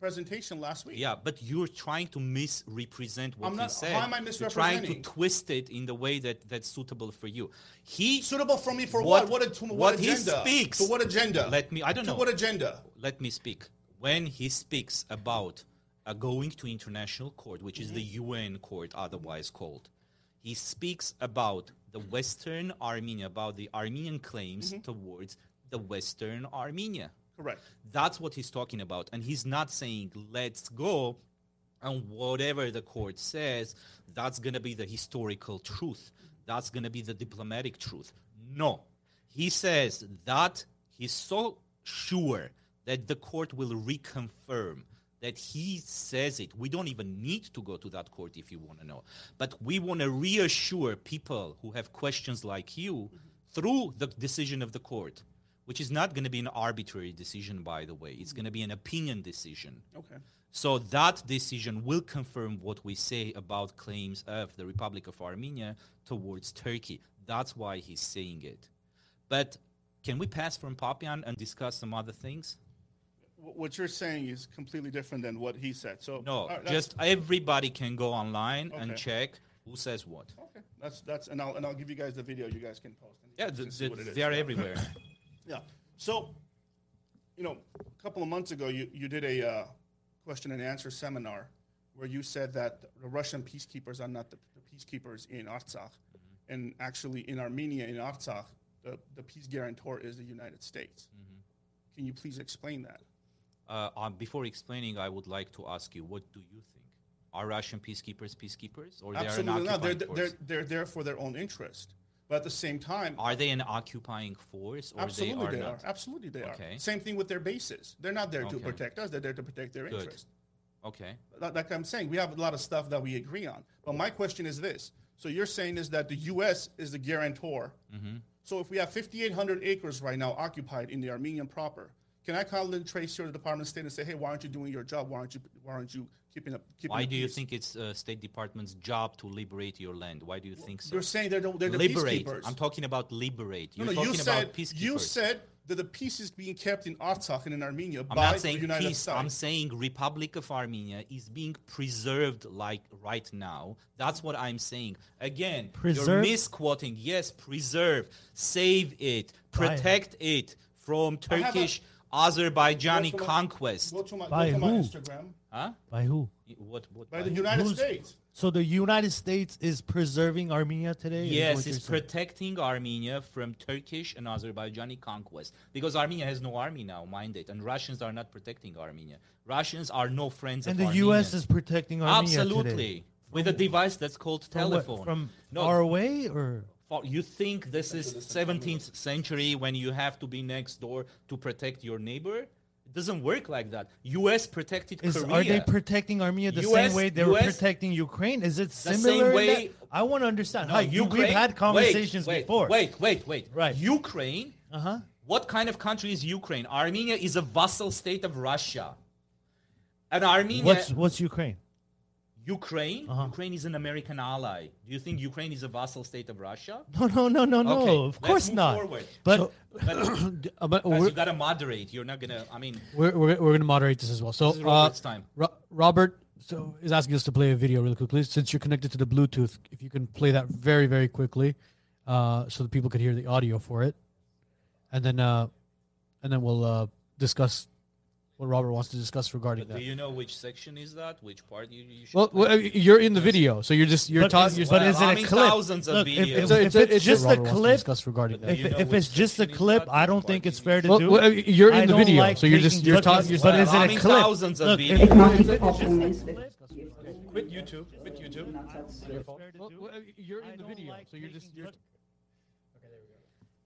D: presentation last week.
C: Yeah, but you're trying to misrepresent what
D: I'm
C: he
D: not-
C: said.
D: how am I
C: You're trying to
D: misrepresenting?
C: twist it in the way that that's suitable for you. He
D: Suitable for me for what?
C: What-
D: What, a, to, what,
C: what he
D: agenda?
C: speaks.
D: To what agenda?
C: Let me- I don't
D: to
C: know.
D: What agenda?
C: let me speak. When he speaks about uh, going to international court, which is the UN court otherwise called, he speaks about the Western Armenia, about the Armenian claims towards the Western Armenia.
D: Correct.
C: That's what he's talking about. And he's not saying, let's go. And whatever the court says, that's going to be the historical truth. That's going to be the diplomatic truth. No. He says that he's so sure that the court will reconfirm that he says it. We don't even need to go to that court if you want to know. But we want to reassure people who have questions like you through the decision of the court which is not going to be an arbitrary decision, by the way. It's going to be an opinion decision.
D: Okay.
C: So that decision will confirm what we say about claims of the Republic of Armenia towards Turkey. That's why he's saying it. But can we pass from Papian and discuss some other things?
D: Wh- What you're saying is completely different than what he said. So
C: No,
D: all right, that's-
C: just everybody can go online and
D: Okay.
C: check who says what.
D: okay. That's that's and I'll and I'll give you guys the video. You guys can post. And
C: Yeah,
D: you
C: th-
D: can see
C: th-
D: what it is.
C: they are everywhere.
D: Yeah. So, you know, a couple of months ago, you, you did a uh, question and answer seminar where you said that the Russian peacekeepers are not the, the peacekeepers in Artsakh.
C: Mm-hmm.
D: And actually, in Armenia, in Artsakh, the, the peace guarantor is the United States.
C: Mm-hmm.
D: Can you please explain that?
C: uh, um, before explaining, I would like to ask you, what do you think? Are Russian peacekeepers peacekeepers, or
D: Absolutely
C: they are an
D: not. They're,
C: occupying
D: they're,
C: force?
D: they're there for their own interest. But at the same time,
C: Are they an occupying force, or
D: absolutely
C: they are
D: they are.
C: not?
D: Absolutely they
C: Okay.
D: are. Same thing with their bases. They're not there to
C: Okay.
D: protect us, they're there to protect their
C: Good.
D: interest.
C: Okay.
D: like like I'm saying, we have a lot of stuff that we agree on. But my question is this: so you're saying is that the U.S. is the guarantor?
C: Mm-hmm.
D: So if we have 5,800 acres right now occupied in the Armenian proper, can I call and trace your Department of State and say, hey, why aren't you doing your job? Why aren't you? Why aren't you keeping up? Keeping
C: Why
D: the
C: do you
D: peace?"
C: think it's uh, State Department's job to liberate your land? Why do you think so?
D: You're saying they're the, they're the
C: liberate.
D: peacekeepers.
C: I'm talking about liberate.
D: No,
C: You're
D: no,
C: talking
D: you
C: about
D: said
C: peacekeepers.
D: you said that the peace is being kept in Artsakh and in Armenia
C: I'm
D: by
C: not
D: the
C: saying
D: United
C: peace.
D: States.
C: I'm saying Republic of Armenia is being preserved like right now. That's what I'm saying. Again,
B: Preserved?
C: you're misquoting. Yes, preserve, save it,
B: By-
C: protect it from
D: have a-
C: Turkish Azerbaijani
D: Go to my-
C: conquest.
D: Go to my,
B: By
D: go to my
B: who?
D: Instagram.
C: Huh?
B: By who?
C: What? What?
D: By the United
B: Who's-
D: States.
B: So the United States is preserving Armenia today. is
C: Yes,
B: what you're
C: it's
B: saying?
C: protecting Armenia from Turkish and Azerbaijani conquest because Armenia has no army now, mind it, and Russians are not protecting Armenia. Russians are no friends
B: and
C: of
B: the U.S.
C: Armenia.
B: is protecting Armenia
C: Absolutely.
B: today.
C: With a device that's called
B: From what-
C: telephone.
B: from
C: no,
B: far away or
C: far- you think this is 17th century when you have to be next door to protect your neighbor? It doesn't work like that. U.S. protected
B: is
C: Korea.
B: are they protecting Armenia the
C: US
B: same way they were
C: US
B: protecting Ukraine? Is it
C: same
B: similar? in
C: way-
B: that? I want to understand.
C: No,
B: Hi, you, we've
C: Ukraine-
B: had
C: wait,
B: conversations
C: wait,
B: before.
C: Wait, wait, wait.
B: Right.
C: Ukraine.
B: Uh huh.
C: What kind of country is Ukraine? Armenia is a vassal state of Russia. And Armenia
B: What's what's Ukraine?
C: Ukraine.
B: Uh-huh.
C: Ukraine is an American ally. Do you think Ukraine is a vassal state of Russia?
B: No, no, no, no, no.
C: Okay,
B: of
C: let's
B: course
C: move
B: not.
C: forward.
B: But
C: But
A: Uh, but
C: guys,
A: we're,
C: you gotta moderate. You're not gonna. I mean,
A: we're, we're, we're gonna moderate this as well. So
C: this is
A: uh,
C: Robert's time.
A: Ro- Robert so is asking us to play a video really quickly. Since you're connected to the Bluetooth, if you can play that very very quickly, uh, so that people could hear the audio for it, and then uh, and then we'll uh, discuss what Robert wants to discuss regarding
C: But do
A: that.
C: you know which section is that? Which part you, you should?
A: Well,
C: play?
A: well, uh, you're in the video, so you're just you're
B: But is-
A: talking.
B: but
C: Well,
B: is it
C: I
B: a
C: mean,
B: clip?
C: thousands of
B: Look, if-
C: videos.
B: if- So
A: it's, it's just a clip. Discuss regarding
C: But
A: that.
B: if,
C: You know
B: if
C: which
B: it's just a
C: section is
B: clip,
C: that?
B: I don't think it's fair to
A: Well,
B: do.
A: well, uh, you're in
B: I
A: the
B: don't
A: video,
B: like
A: so you're just
B: taking
A: you're
B: pictures,
A: talking. You're
B: but
A: talking-
B: is it
C: I
B: a
C: mean,
B: clip?
C: thousands of
B: Look, if-
C: videos.
E: Quit YouTube. Quit YouTube.
A: Well, well, uh, you're in
B: I
A: the
B: don't
A: video,
B: like
A: so you're
B: taking
A: just you're.
B: photos.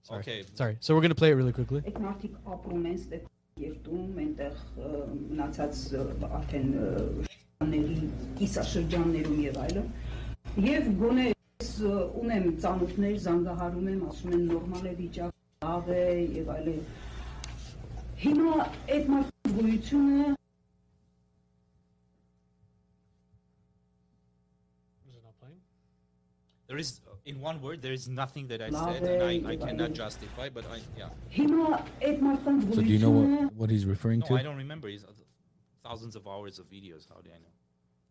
A: Sorry.
C: Okay.
A: Sorry. So we're gonna play it really quickly.
E: Այդ մարդիկ ապրում են ստեղ երտում, այնտեղ ը, մնացած ը, արդեն շրջանների, կիսաշրջաններում եւ այլն։ Եվ գոնե ես ը, ունեմ ծանոթներ, զանգահարում եմ, ասում են նորմալ է վիճակ, լավ է եւ այլն։ Հիմա այդ մարդու գույությունը
C: There is, in one word, there is nothing that I
E: Love
C: said and I, I
E: it.
C: cannot justify. But I, yeah,
E: հիմա այդ մարդկանց
F: So do you know
E: գույությունը
F: what, what he's referring
C: no, I
F: to?
C: don't remember. It's uh, thousands of hours of videos. How do I know?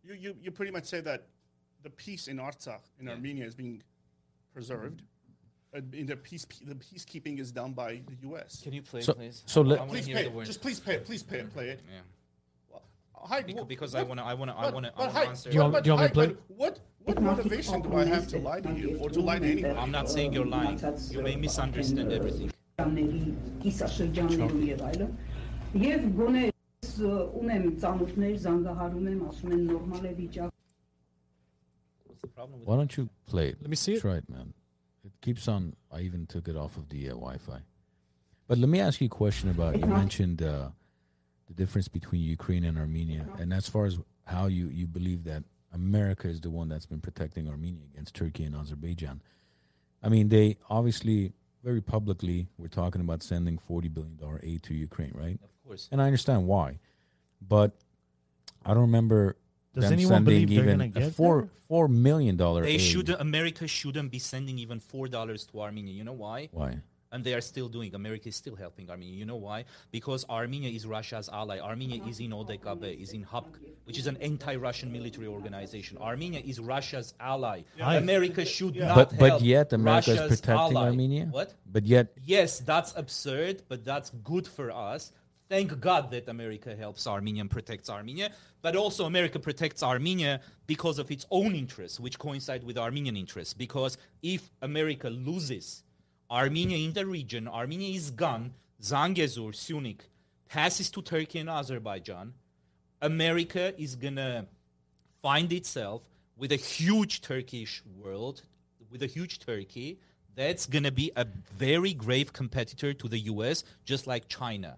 D: You, you, you pretty much say that the peace in Artsakh, in Armenia, is being preserved. And
C: Mm-hmm.
D: in the peace, the peacekeeping is done by the U.S.
C: Can you play,
F: So-
C: please?
F: please? so let-
C: I
F: I
C: want to
D: please
C: hear
D: pay
C: the
D: it.
C: word.
D: Just please pay it. Please pay it. Play it.
C: yeah.
D: Hi,
C: Because,
D: what-
C: because I
D: what-
C: want to, I want to, I
D: but-
C: want to, I
D: but
C: want to
D: hi-
C: answer.
A: Do you want-
D: but-
A: do you want me
D: hi,
A: to play
D: but What, what
E: Այդ մարդիկ
D: motivation do I
E: ապրում են
D: have to
E: ստեղ,
D: lie to you
E: այդտեղ
D: or to lie to
E: երտում,
D: anyone?
E: այնտեղ
C: I'm not saying you're lying.
E: մնացած,
C: You may
E: ը,
C: misunderstand
E: արդեն, ը,
C: everything.
E: շրջանների, կիսաշրջաններում եւ այլն։ Եվ գոնե ես ը, unեմ ծանոթներ, զանգահարում եմ, ասում են նորմալ է վիճակ,
C: What's the problem with
F: Why don't you play it?
A: Let me see it.
F: Try it, man. It keeps on. I even took it off of the uh, Wi-Fi. But let me ask you a question about. You mentioned uh, the difference between Ukraine and Armenia, and as far as how you you believe that America is the one that's been protecting Armenia against Turkey and Azerbaijan. I mean, they obviously very publicly were talking about sending forty billion dollar aid to Ukraine, right?
C: Of course.
F: and I understand why, but I don't remember.
B: Does
F: them
B: anyone
F: sending
B: believe they're
F: even
B: gonna
F: a
B: get
F: four
B: there?
F: four million dollar?
C: They
F: aid.
C: should. America shouldn't be sending even four dollars to Armenia. You know why?
F: Why?
C: And they are still doing. America is still helping Armenia. You know why? Because Armenia is Russia's ally. Armenia is in ODKB, is in HAPK, which is an anti-Russian military organization. Armenia is Russia's ally. America should not
F: But but
C: help
F: yet America is
C: Russia's
F: protecting
C: ally.
F: Armenia.
C: What?
F: But yet
C: Yes, that's absurd, but that's good for us. Thank God that America helps Armenia and protects Armenia, but also America protects Armenia because of its own interests, which coincide with Armenian interests. Because if America loses Armenia in the region, Armenia is gone, Zangezur, Sunik passes to Turkey and Azerbaijan, America is gonna find itself with a huge Turkish world, with a huge Turkey that's going to be a very grave competitor to the US, just like China,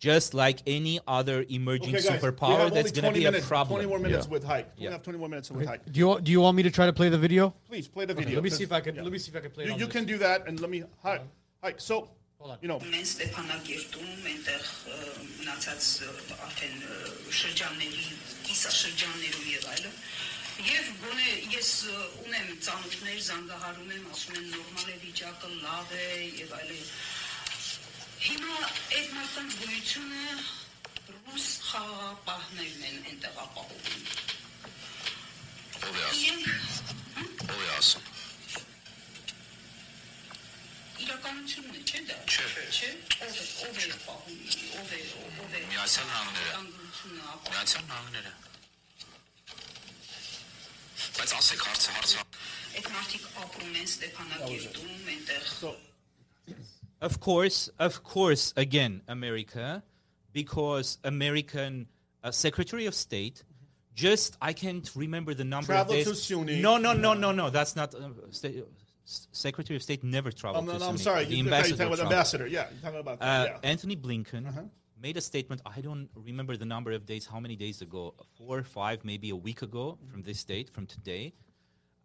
C: just like any other emerging
D: Okay, guys, we
C: superpower
D: have
C: that's going
D: only
C: to
D: 20
C: be a
D: minutes- 20
C: problem.
D: more minutes
F: Yeah.
D: with Hike. We
C: Yeah.
D: have 21 minutes with Hike.
A: Do you do you want me to try to play the video?
D: Please play the video.
A: Let me see
D: That's-
A: if I can.
D: yeah.
A: Let me see if I can play. it
D: You,
A: on
D: you
A: this.
D: can do that, and let me Hike. Hike. So,
A: Hold on.
D: you know,
E: Մեն Ստեփանակերտում, այնտեղ ը, մնացած ը, արդեն ը, շրջանների, կիսաշրջաններում եւ այլն։ Եվ գոնե ես ը, ունեմ ծանոթներ, զանգահարում եմ, ասում են նորմալ է վիճակը, լավ է եւ այլն։ Հիմա այդ մարդկանց գույությունը ռուս խաղապահներն են այնտեղ ապահովում։ Իրենք իրականությունն է, չէ՞ դա։ Չէ։ Ով է, ով է ապահում, ով է, ով է։
G: Միացյալ Նահանգները,
E: Իրականությունը ապահում։
G: Միացյալ Նահանգները։ Բայց ասեք հարցը, հարցը
E: Այդ մարդիկ ապրում են Ստեփանակերտում, այնտեղ
C: Of course, of course, again, America, because American uh, Secretary of State. Just I can't remember the number
D: Travel
C: of
D: to
C: days.
D: Sunni.
C: No, no, no, no, no. That's not. Uh, sta- S- Secretary of State never traveled
D: I'm,
C: to
D: Oh, I'm,
C: Sunni.
D: sorry.
C: The
D: You, you're talking about
C: traveled.
D: ambassador. Yeah, you're talking about.
C: Uh,
D: yeah. Uh-huh.
C: Anthony Blinken made a statement. I don't remember the number of days, how many days ago, four, five, maybe a week ago from this date, from today,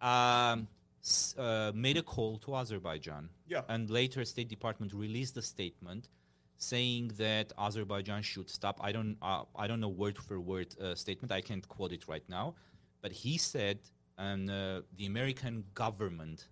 C: um, s- uh, made a call to Azerbaijan.
D: Yeah.
C: And later, State Department released a statement saying that Azerbaijan should stop. I don't. Uh, I don't know word for word uh, statement. I can't quote it right now. But he said, and uh, the American government,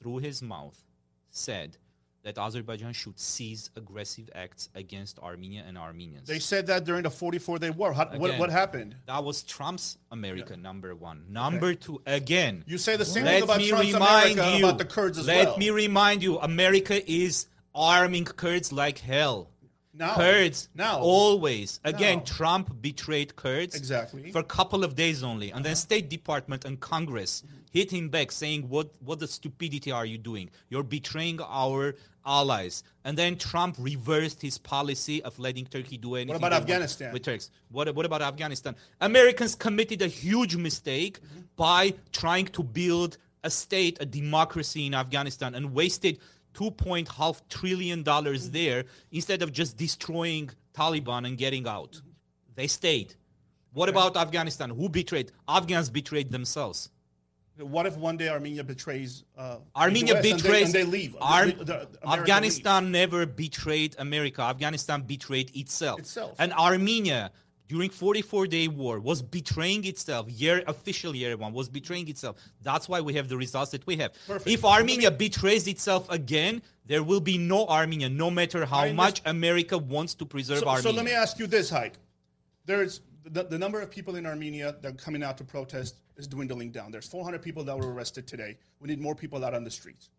C: through his mouth, said that Azerbaijan should cease aggressive acts against Armenia and Armenians.
D: They said that during the 44 day war. How, what,
C: Again.
D: what happened?
C: that was Trump's America number one. Number two, again.
D: You say the same
C: Let
D: thing about
C: me
D: Trump's
C: remind
D: America
C: you.
D: about the Kurds as
C: let
D: well.
C: me remind you, America is arming Kurds like hell.
D: Now.
C: Kurds
D: Now.
C: always. Again,
D: Now.
C: Trump betrayed Kurds
D: Exactly. Uh-huh.
C: for a couple of days only, and then State Department and Congress hit him back, saying, "What what the stupidity are you doing? You're betraying our allies." And then Trump reversed his policy of letting Turkey do anything.
D: about
C: they want
D: Afghanistan?
C: with Turks? What what about Afghanistan? Americans committed a huge mistake
D: Mm-hmm.
C: by trying to build a state, a democracy in Afghanistan, and wasted two point half trillion dollars
D: Mm-hmm.
C: there instead of just destroying Taliban and getting out.
D: Mm-hmm.
C: They stayed. What about Afghanistan? Who betrayed? Afghans betrayed themselves.
D: What if one day Armenia betrays? Uh, the
C: Armenia
D: US and they-
C: betrays.
D: And they, leave.
C: Ar-
D: The- the- America
C: Afghanistan never betrayed America. Afghanistan betrayed itself.
D: Itself.
C: And Armenia during 44-day war was betraying itself. Year official year one was betraying itself. That's why we have the results that we have.
D: Perfect.
C: If Armenia betrays itself again, there will be no Armenia, no matter how
D: I
C: much America wants to preserve
D: leaves. So,
C: Armenia.
D: so let me ask you this, Hike. There's the, the number of people in Armenia that are coming out to protest is dwindling down. There's 400 people that were arrested today. We need more people out on the streets.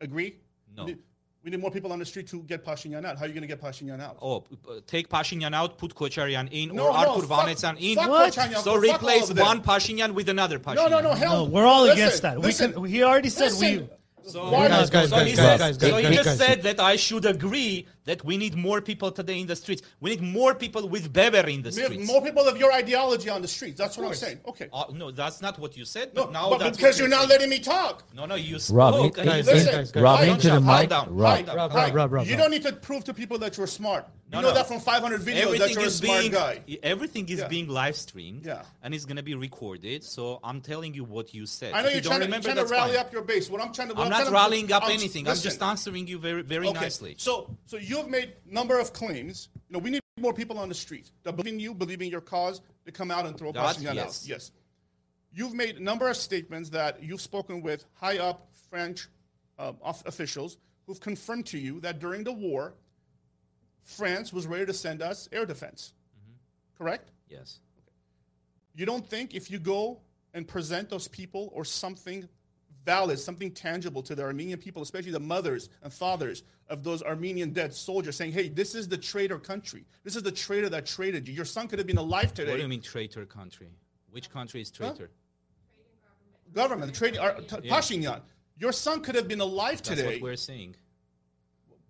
D: Agree?
C: No.
D: We need, we need more people on the street to get Pashinyan out. How are you going to get Pashinyan out?
C: Oh, p- p- take Pashinyan out, put Kocharyan in,
D: No,
C: or
D: no,
C: Artur
D: fuck-
C: Vanetsan in.
D: fuck What? Kocharyan,
C: So
D: fuck all
C: replace
D: of them.
C: one Pashinyan with another Pashinyan.
D: no, no, no, hell.
B: No, we're all
D: Listen,
B: against that. We
D: listen,
B: can. He already said we.
D: listen.
C: So-
D: Why-
A: Guys, guys,
C: so he
A: guys,
C: said-
A: guys, guys,
C: so
A: guys,
C: he
A: guys,
C: just
A: guys.
C: said that I should agree that we need more people today in the streets. We need more people with Beber in the
D: We have
C: streets.
D: more people of your ideology on the streets. That's what I'm saying. Okay.
C: Uh, no, that's not what you said.
D: No,
C: But now
D: but
C: that's
D: because
C: what
D: you're
C: you
D: not
C: said.
D: letting me talk.
C: No, no, you
F: Rob,
C: spoke.
F: in-
C: and
A: Guys,
C: you
A: guys,
C: said-
A: guys, guys.
F: Rob,
D: Hi,
F: into the
D: John.
C: Calm
F: mic.
C: down,
F: Rob,
C: calm down,
A: Rob,
C: calm
A: Rob,
C: down.
A: Rob, Rob,
D: you
A: Rob.
D: don't need to prove to people that you're smart.
C: No,
D: you know
C: no.
D: that from 500 videos
C: Everything
D: that you're a
C: is
D: smart
C: being e,
D: guy.
C: everything is
D: Yeah.
C: being live streamed,
D: Yeah.
C: and it's gonna be recorded. So I'm telling you what you said.
D: I know
C: If
D: you're
C: you don't
D: trying to,
C: remember,
D: trying to
C: that's
D: rally
C: fine.
D: up your base. What I'm trying to what
C: I'm not
D: trying to-
C: rallying up
D: I'm-
C: anything. I'm just
D: listen.
C: answering you very, very
D: Okay,
C: nicely.
D: So, so you've made number of claims. You know, we need more people on the streets that believe in you, believe in your cause, to come out and throw
C: That,
D: Pashinyan
C: yes.
D: out. Yes. You've made a number of statements that you've spoken with high up French uh, of- officials who've confirmed to you that during the war, France was ready to send us air defense.
C: Mm-hmm.
D: Correct?
C: yes.
D: You don't think if you go and present those people or something valid, something tangible to the Armenian people, especially the mothers and fathers of those Armenian dead soldiers, saying, hey, this is the traitor country. This is the traitor that traded you. Your son could have been alive today.
C: What do you mean traitor country? Which country is traitor?
D: Government, the trading, uh, t- Pashinyan. Your son could have been alive
C: That's
D: today.
C: what we're saying.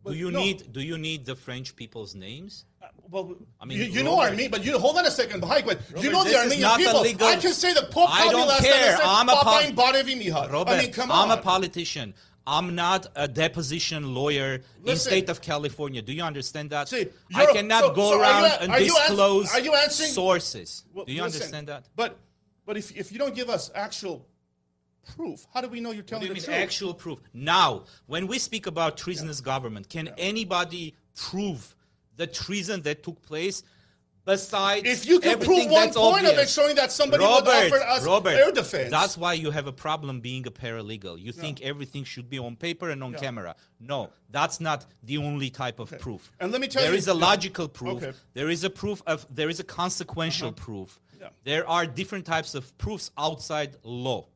D: But
C: do you
D: no.
C: need do you need the French people's names?
D: Uh, Well,
C: I mean,
D: you, you know
C: Robert-
D: Armenian, but you hold on a second, Hike, but you know
C: this
D: the
C: is
D: Armenian
C: not a
D: people.
C: legal-
D: I can say the Pope
C: I
D: called me
C: don't
D: last time
C: care.
D: and said,
C: I'm a
D: Papa
C: pol-
D: in Bodivi Mihal."
C: Robert,
D: I mean, come
C: am
D: on.
C: a politician. I'm not a deposition lawyer in
D: Listen.
C: state of California. Do you understand that?
D: See,
C: I
D: you're-
C: cannot
D: so-
C: go
D: so are
C: around
D: you-
C: and
D: are you ans-
C: disclose
D: are you answering-
C: sources.
D: Well,
C: do you
D: listen,
C: understand that?
D: But but if if you don't give us actual proof, how do we know you're
C: What do
D: telling
C: you
D: the
C: mean
D: truth?
C: actual proof? Now, when we speak about treasonous government, can anybody prove the treason that took place besides
D: if you can prove
C: everything
D: one
C: that's
D: point of it
C: obvious?
D: showing that somebody would
C: Robert,
D: offer us
C: Robert,
D: air defense,
C: That's why you have a problem being a paralegal. You think everything should be on paper and on camera. No, that's not the only type of proof.
D: And let me tell
C: there
D: you-
C: is a logical proof.
D: Okay. Uh-huh.
C: There is a proof of. There is a consequential proof.
D: Yeah.
C: There are different types of proofs outside law.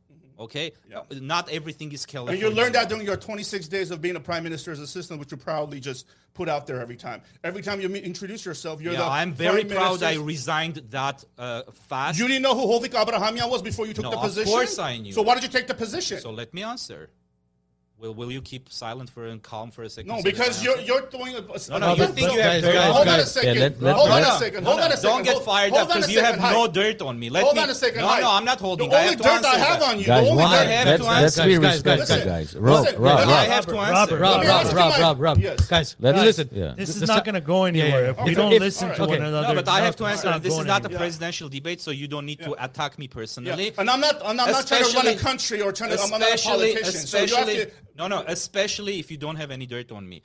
C: Okay,
D: Mm-hmm. Yeah.
C: not everything is
D: and
C: California.
D: you learned that during your 26 days of being a prime minister's assistant, which you proudly just put out there every time. Every time you me- introduce yourself, you're
C: Yeah,
D: the.
C: I'm very
D: prime
C: proud. I
D: minister's-
C: resigned that uh, fast.
D: you didn't know who Hovik Abrahamyan was before you took
C: No,
D: the
C: of
D: position.
C: course I knew.
D: So why did you take the position?
C: so let me answer. Will Will you keep silent for and calm for a second?
D: no,
C: so that
D: because
C: I
D: you're
C: answer?
D: you're throwing a.
C: No, no, you
D: Yeah,
C: think
D: so-
C: you have
A: Guys, guys,
D: Hold on a
A: guys.
D: second.
F: Yeah, let- let-
D: hold on a
F: let-
D: second.
C: No,
D: Hold
C: no,
D: on a second.
C: Don't get
D: Hold-
C: fired
D: hold
C: up
D: on a
C: because you have
D: second. Hi.
C: no dirt on me. Let
D: Hold
C: me.
D: on a second.
C: No,
D: Hi.
C: no, I'm not holding.
D: The
C: I
D: only
C: have to
D: dirt I
C: answer
D: have
C: that.
D: on you.
F: Guys,
D: the only
F: one,
C: I
D: dirt.
C: have
F: let's,
C: to
F: let's
C: answer.
F: be
A: Guys, guys,
F: respectful,
A: listen.
F: guys.
D: Listen,
F: Rob,
D: listen,
F: Rob,
C: I
D: listen.
F: Rob.
C: have to
B: Robert, Robert,
C: answer.
A: Rob,
D: me
A: Rob,
D: ask you
A: Rob,
D: my-
A: Rob, Rob.
D: Yes.
A: Guys, let
F: Guys,
A: me listen.
F: yeah.
B: This
A: The
B: is
A: sec-
B: not going to go
A: yeah,
B: anywhere
A: yeah.
B: if we
A: If-
B: don't
A: if-
B: listen to
A: okay.
B: one
A: No,
B: another.
C: No, but I have to
B: it's
C: answer.
B: not
C: and This is
B: going
C: not a
B: anywhere.
C: presidential debate, so you don't need to attack me personally.
D: Yeah. And I'm not. I'm not, I'm not trying to run a
C: Especially-
D: country or trying to. I'm not a
C: especially-
D: politician. So you have
C: especially-
D: to.
C: no, no, especially if you don't have any dirt on me.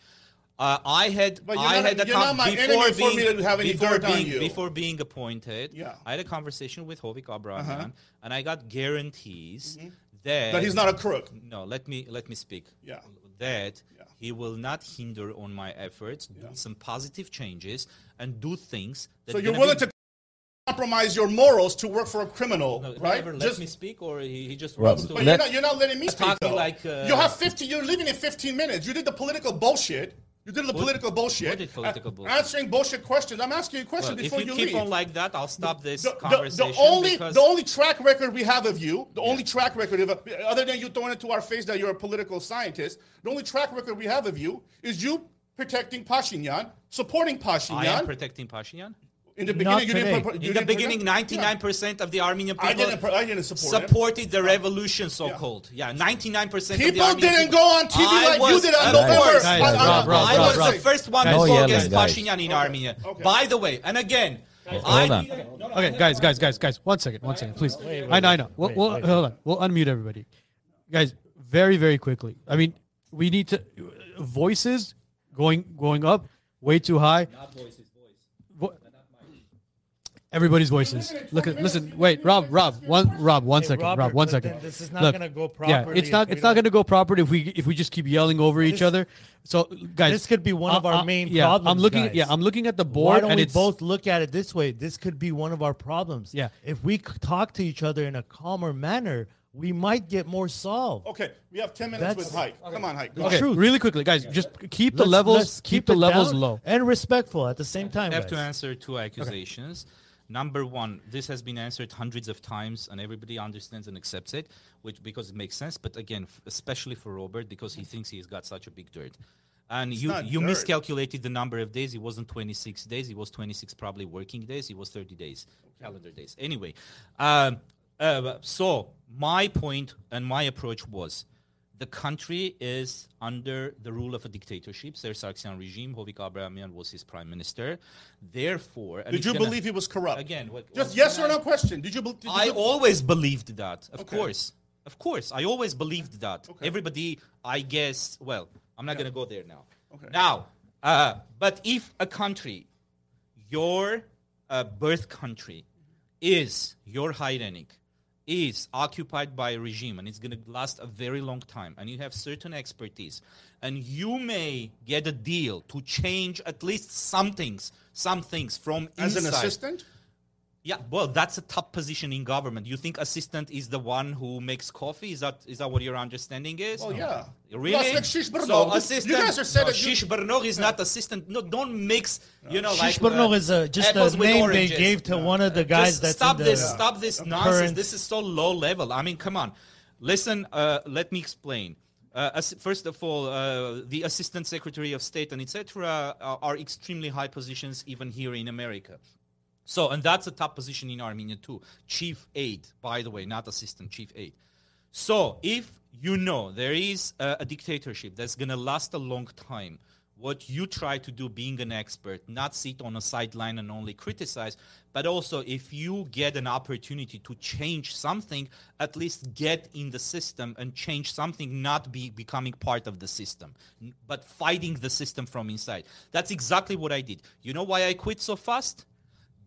C: Uh, I had
D: But you're
C: I
D: not-
C: had a
D: you're not
C: con-
D: my
C: before
D: enemy for
C: being
D: me to have any
C: before
D: dirt on
C: being
D: you.
C: before being appointed.
D: Yeah. Uh-huh.
C: I had a conversation with Hovik Abraham, and I got guarantees that
D: Mm-hmm. That he's not a crook.
C: No, let me let me speak.
D: Yeah.
C: That
D: Yeah.
C: he will not hinder on my efforts, do some positive changes, and do things. That
D: So
C: are
D: you're
C: gonna
D: willing
C: be-
D: to compromise your morals to work for a criminal,
C: No,
D: right?
C: Trevor, let
D: Just,
C: me speak, or he, he just
F: Well,
C: wants to.
D: but you're
F: Let-
D: not, you're not letting me speak.
C: talking
D: though.
C: like, uh,
D: you have 50. You're leaving in 15 minutes. You did the political bullshit. You did the political bullshit.
C: what did political
D: Uh,
C: bullshit?
D: Answering bullshit questions. I'm asking you a question
C: Well, if
D: before
C: you,
D: you,
C: keep
D: leave.
C: on like that, I'll stop this
D: the, the-
C: conversation.
D: the only
C: because
D: the only track record we have of you, the only track record of other than you throwing into our face that you're a political scientist, the only track record we have of you is you protecting Pashinyan, supporting
C: I am
D: Pashinyan.
C: protecting Pashinyan.
D: In the
B: Not
D: beginning, you
B: today.
D: didn't. pro- you
C: In the
D: didn't
C: beginning,
D: protect-
C: ninety-nine percent of the Armenian
D: I
C: people
D: didn't. pro- I didn't support. it.
C: supported the revolution, so-called. Yeah, ninety-nine percent. of the
D: People
C: Armenian
D: didn't
C: people.
D: go on TV
C: I
D: like you
C: was-
D: did on
C: of
D: November.
C: course.
D: on-
A: Guys,
D: on-
A: Rob, Rob,
C: I
A: Rob,
C: was
A: Rob.
C: the first one
A: Guys,
C: to
F: no
C: go
F: yelling,
C: against
F: guys.
C: Pashinyan in Armenia.
D: Okay.
C: By the way, and again,
F: Hold
C: I
F: on.
C: didn't- no, no,
A: Okay, guys, guys, guys, guys. One second, one second, please. I know, I know. We'll, we'll, hold on. We'll unmute everybody, guys. Very, very quickly. I mean, we need to voices going going up way too high. Vo- Everybody's voices. Look at listen. Wait, Rob, Rob, one, Rob, one
B: Hey,
A: second, Rob,
B: Robert,
A: one
B: but
A: second.
B: then this is not
A: Look,
B: gonna go
A: Yeah,
B: properly
A: it's not.
B: if we
A: It's not
B: don't-
A: gonna go proper if we if we just keep yelling over each
B: This-
A: other. So, guys,
B: this could be one of
A: I-
B: our
A: I-
B: main
A: yeah, I'm
B: problems,
A: looking.
B: guys.
A: Yeah, I'm looking at the
B: Why
A: board,
B: don't
A: and
B: we
A: it's
B: both look at it this way? This could be one of our problems.
A: Yeah.
B: If we c- talk to each other in a calmer manner, we might get more solved.
D: Okay, we have 10 minutes
B: That's-
D: with Hike. Come on, Hike. go.
A: Okay,
B: Truth.
A: really quickly, guys, just keep the
B: Let's-
A: levels
B: let's
A: keep, the
B: it
A: levels
B: down
A: low.
B: and respectful at the same time.
C: I have to
B: guys.
C: answer two accusations. Number one, this has been answered hundreds of times, and everybody understands and accepts it, which because it makes sense. But again, f- especially for Robert, because he thinks he's got such a big dirt, and you
D: not
C: you
D: dirt.
C: miscalculated the number of days. It wasn't 26 days. It was 26 probably working days. It was 30 days, calendar days. Anyway, um, uh, so my point and my approach was. The country is under the rule of a dictatorship, Sargsyan regime. Hovik Abrahamian was his prime minister. Therefore, and
D: Did
C: it's
D: you
C: gonna-
D: believe he was corrupt?
C: uh, Again, what-
D: Just
C: what-
D: yes or no question. Did you believe?
C: I always believed that. Of
D: Okay.
C: course. Of course. I always believed that.
D: Okay.
C: Everybody, I guess, well, I'm not going to go there now.
D: Okay.
C: Now, uh, but if a country, your uh, birth country, is your Hyrenic, is occupied by a regime and it's going to last a very long time, and you have certain expertise, and you may get a deal to change at least some things, some things from
D: as an
C: inside.
D: assistant?
C: Yeah, well, that's a top position in government. You think assistant is the one who makes coffee? Is that is that what your understanding is?
D: Well, Oh, yeah.
C: Really?
D: That's like Shish
C: so
D: Barnog. You
C: assistant.
D: guys are said
C: no,
D: that you-
C: Shish Barnog is not assistant. No, don't mix. You know, like
B: Shish Barnog
C: uh,
B: is a, just
C: apples
B: a
C: with
B: name they
C: oranges.
B: gave to one of the guys
C: Just
B: that's
C: stop
B: in the,
C: this. Stop this nonsense.
B: current-
C: This is so low level. I mean, come on. Listen. Uh, let me explain. Uh, as, first of all, uh, the assistant secretary of state and etc. Are, are extremely high positions even here in America. So, and that's a top position in Armenia too. Chief aide, by the way, not assistant, chief aide. So, if you know there is a, a dictatorship that's going to last a long time, what you try to do being an expert, not sit on a sideline and only criticize, but also if you get an opportunity to change something, at least get in the system and change something, not be becoming part of the system, n- but fighting the system from inside. That's exactly what I did. You know why I quit so fast?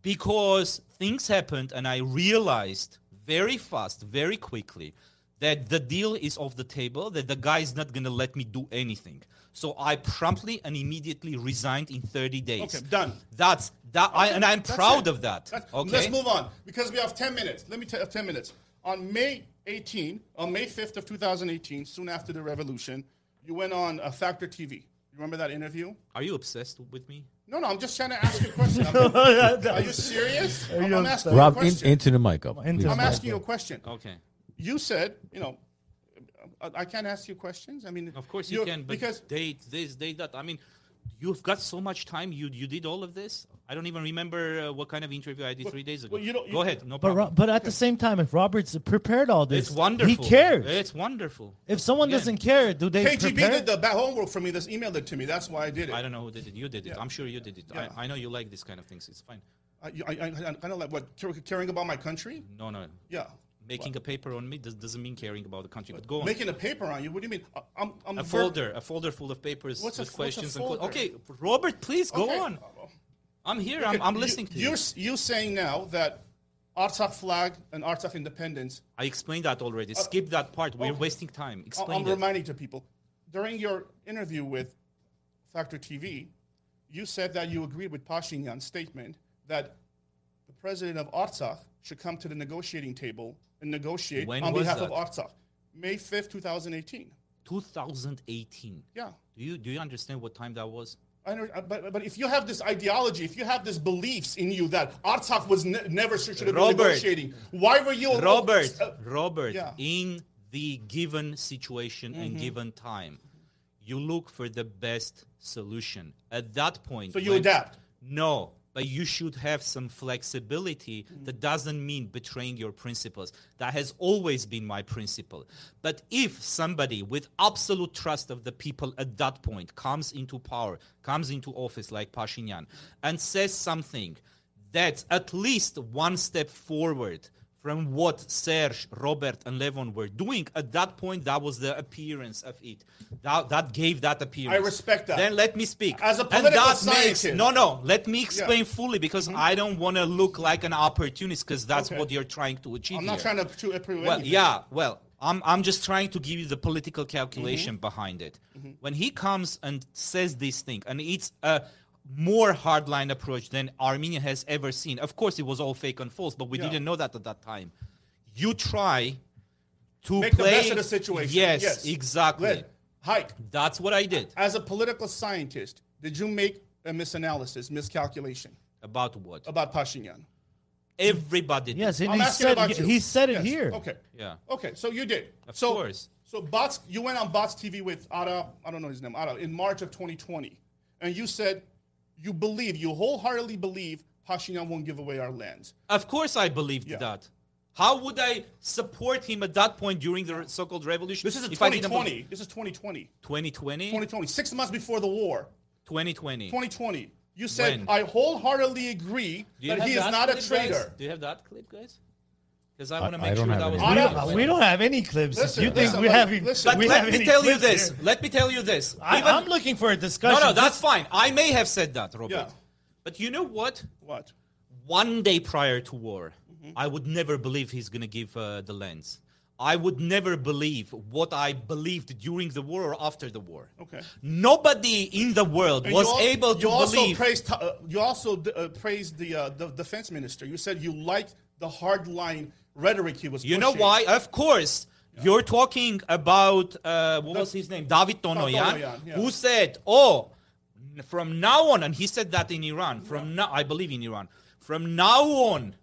C: because things happened and I realized very fast, very quickly that the deal is off the table, that the guy is not going to let me do anything. So I promptly and immediately resigned in 30 days.
D: Okay, done.
C: That's that I
D: Okay,
C: and I'm
D: that's
C: proud
D: it.
C: of that.
D: That's-
C: okay.
D: Let's move on because we have 10 minutes. Let me tell 10 minutes. On May 18, on May 5th of 2018, soon after the revolution, you went on uh, Factor TV. You remember that interview?
C: Are you obsessed with me?
D: No, no, I'm just trying to ask you a question. I'm- Are you serious? I'm, I'm asking you a
F: Rob, in,
D: question.
F: into the mic up.
B: Into
F: please.
B: the
D: I'm
B: mic.
D: asking you a question.
C: Okay.
D: You said, you know, I, I can't ask you questions. I mean,
C: Of course you
D: you're-
C: can, but
D: because
C: date this, date that. I mean, you've got so much time. You you did all of this. I don't even remember uh, what kind of interview I did three days ago.
D: well, you don't-
C: Go
D: you-
C: ahead. No
B: But,
C: problem.
B: Ro- but at the same time, if Robert's prepared all this,
C: It's wonderful.
B: He cares.
C: It's wonderful.
B: if someone
C: Again,
B: doesn't care, do they
D: KGB
B: prepare?
D: did the back homework for me. This emailed it to me. That's why I did it.
C: I don't know who did it. You did it.
D: Yeah.
C: I'm sure you did it.
D: Yeah.
C: I, I know you like these kind of things. It's fine.
D: I, I, I, I don't like what care- caring about my country.
C: No, no.
D: Yeah.
C: Making a paper on me does, doesn't mean caring about the country. But go on.
D: Making a paper on you? What do you mean? I- I'm, I'm
C: a
D: ver-
C: folder, a folder full of papers
D: What's a-
C: with
D: what's a
C: questions and que-
D: folder?
C: okay, Robert, please go
D: Okay.
C: on. I'm here.
D: Okay,
C: I'm, I'm
D: you-
C: listening to you.
D: You're s- you saying now that Artsakh flag and Artsakh independence.
C: I explained that already.
D: Uh,
C: Skip that part. We're wasting time.
D: I-
C: Explain
D: I'm
C: that.
D: reminding to people during your interview with Factor TV, you said that you agreed with Pashinyan's statement that the president of Artsakh should come to the negotiating table and negotiate
C: When
D: on
C: was
D: behalf of
C: that?
D: Artsakh. May 5th, 2018.
C: 2018.
D: Yeah.
C: Do you do you understand what time that was?
D: I know, but, but if you have this ideology, if you have this beliefs in you that Artsakh was ne- never should have been
C: Robert.
D: negotiating, why were you
C: Robert,
D: Uh,
C: Robert,
D: yeah.
C: in the given situation and given time, you look for the best solution. At that point,
D: So you adapt.
C: No, but you should have some flexibility. That doesn't mean betraying your principles. That has always been my principle. But if somebody with absolute trust of the people at that point comes into power, comes into office like Pashinyan, and says something that's at least one step forward from what Serge, Robert, and Levon were doing at that point, that was the appearance of it. That, that gave that appearance.
D: respect that.
C: Then let me speak.
D: As a
C: And
D: political
C: that
D: scientist.
C: Makes, no, no. Let me explain fully because I don't want to look like an opportunist because that's
D: Mm-hmm. Okay.
C: what you're trying to achieve.
D: I'm not
C: here.
D: trying to to approve
C: Well,
D: anything.
C: yeah. Well, I'm I'm just trying to give you the political calculation
D: Mm-hmm.
C: behind it. When he comes and says this thing, and it's a more hardline approach than Armenia has ever seen. Of course, it was all fake and false, but we
D: Yeah.
C: didn't know that at that time. You try to
D: Make the
C: play
D: best of the situation.
C: Yes,
D: Yes.
C: exactly.
D: Let- Hike,
C: That's what I did.
D: as a political scientist, did you make a misanalysis, miscalculation
C: About what?
D: about Pashinyan?
C: Everybody. did.
B: Yes, and
D: I'm
B: he
D: asking
B: said
D: about you.
B: he said it
D: Yes,
B: here.
D: Okay.
C: Yeah.
D: Okay. So you did.
C: Of
D: so,
C: course.
D: So Bots, you went on Bots TV with Ada. I don't know his name. Ada in March of 2020, and you said you believe, you wholeheartedly believe Pashinyan won't give away our lands.
C: Of course, I believed
D: Yeah.
C: that. How would I support him at that point during the so-called revolution?
D: This is a
C: if I didn't believe-
D: 2020. This is 2020.
C: 2020?
D: 2020. Six months before the war.
C: 2020.
D: 2020. You said
C: When?
D: I wholeheartedly agree that he is not a traitor.
C: Do you have that clip, guys? Because I want to
F: I
C: make
F: don't
C: sure
F: have
C: that was.
F: any
D: clips.
B: Uh, We don't have any clips. If
D: Listen,
B: you think
D: listen,
B: we
D: but
B: have any-
D: listen.
C: But
B: we have
C: let me
B: any
C: tell you
B: clips
C: this.
B: here.
C: Let me tell you this.
B: I,
C: Even-
B: I'm looking for a
C: no,
B: discussion.
C: no, that's fine. I may have said that, Robert.
D: Yeah.
C: But you know what?
D: What?
C: one day prior to war,
D: Mm-hmm.
C: I would never believe he's going to give uh, the lands. I would never believe what I believed during the war or after the war.
D: Okay.
C: Nobody in the world
D: And
C: was
D: you al-
C: able to
D: you also
C: believe.
D: Praised, uh, you also uh, praised the, uh, the defense minister. You said you liked the hardline rhetoric he was.
C: you know
D: pushing.
C: why? Of course. You're talking about uh, what was his name, David Tonoyan,
D: Tonoyan, yeah.
C: who said, "Oh, n- from now on," and he said that in Iran. From now, I believe in Iran. From now on,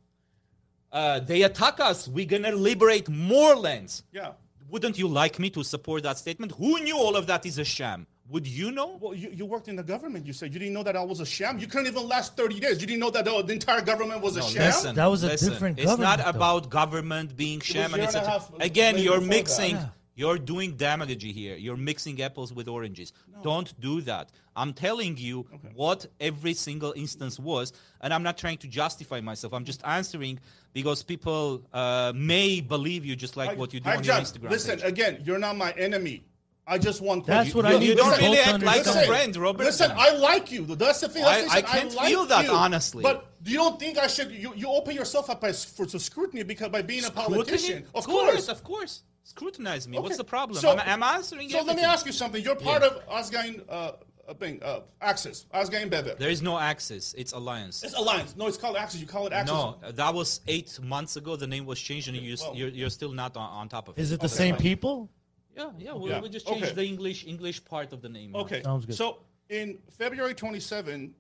C: uh, they attack us. We're gonna liberate more lands.
D: Yeah.
C: Wouldn't you like me to support that statement? Who knew all of that is a sham? Would you know?
D: Well, you, you worked in the government. You said you didn't know that I was a sham. You couldn't even last thirty days. You didn't know that the, the entire government was a sham.
B: That was a different
C: It's not
B: government, though.
C: about government being sham and
D: year and a
C: etc.
D: half
C: Again,
D: later
C: you're
D: before that.
C: mixing. You're doing demagogy here. You're mixing apples with oranges. Don't do that. I'm telling you what every single instance was, and I'm not trying to justify myself. I'm just answering because people uh, may believe you just like
D: Hi-
C: what you do
D: Hi,
C: on
D: John,
C: your Instagram.
D: Listen
C: page.
D: again. You're not my enemy. I just want.
B: That's what I
C: You-
B: need.
C: you
B: to
C: don't
B: both
C: really act like a
B: understand.
C: friend. Robert.
D: Listen, I like you. That's the thing. That's the
C: I- I
D: thing.
C: can't
D: like
C: feel that,
D: you.
C: honestly.
D: But you don't think I should? You, you open yourself up by, s- for to scrutiny because by being a politician.
C: Scrutiny?
D: Of course.
C: of course. Scrutinize me.
D: Okay.
C: What's the problem?
D: So-
C: I'm, I'm answering.
D: So let me
C: everything.
D: ask you something. You're part
C: Yeah.
D: of Asgain uh, uh, thing, uh, Axis. Asgain Bebe.
C: There is no axis. It's alliance.
D: It's alliance. No, it's called Axis. You call it Axis.
C: No, that was eight months ago. The name was changed, and you, you're, you're still not on, on top of it.
B: Is it the same people?
C: Yeah, yeah. We,
D: Yeah.
C: we just changed
D: Okay.
C: the English English part of the name. now.
D: Okay.
B: Sounds good.
D: So in February 27,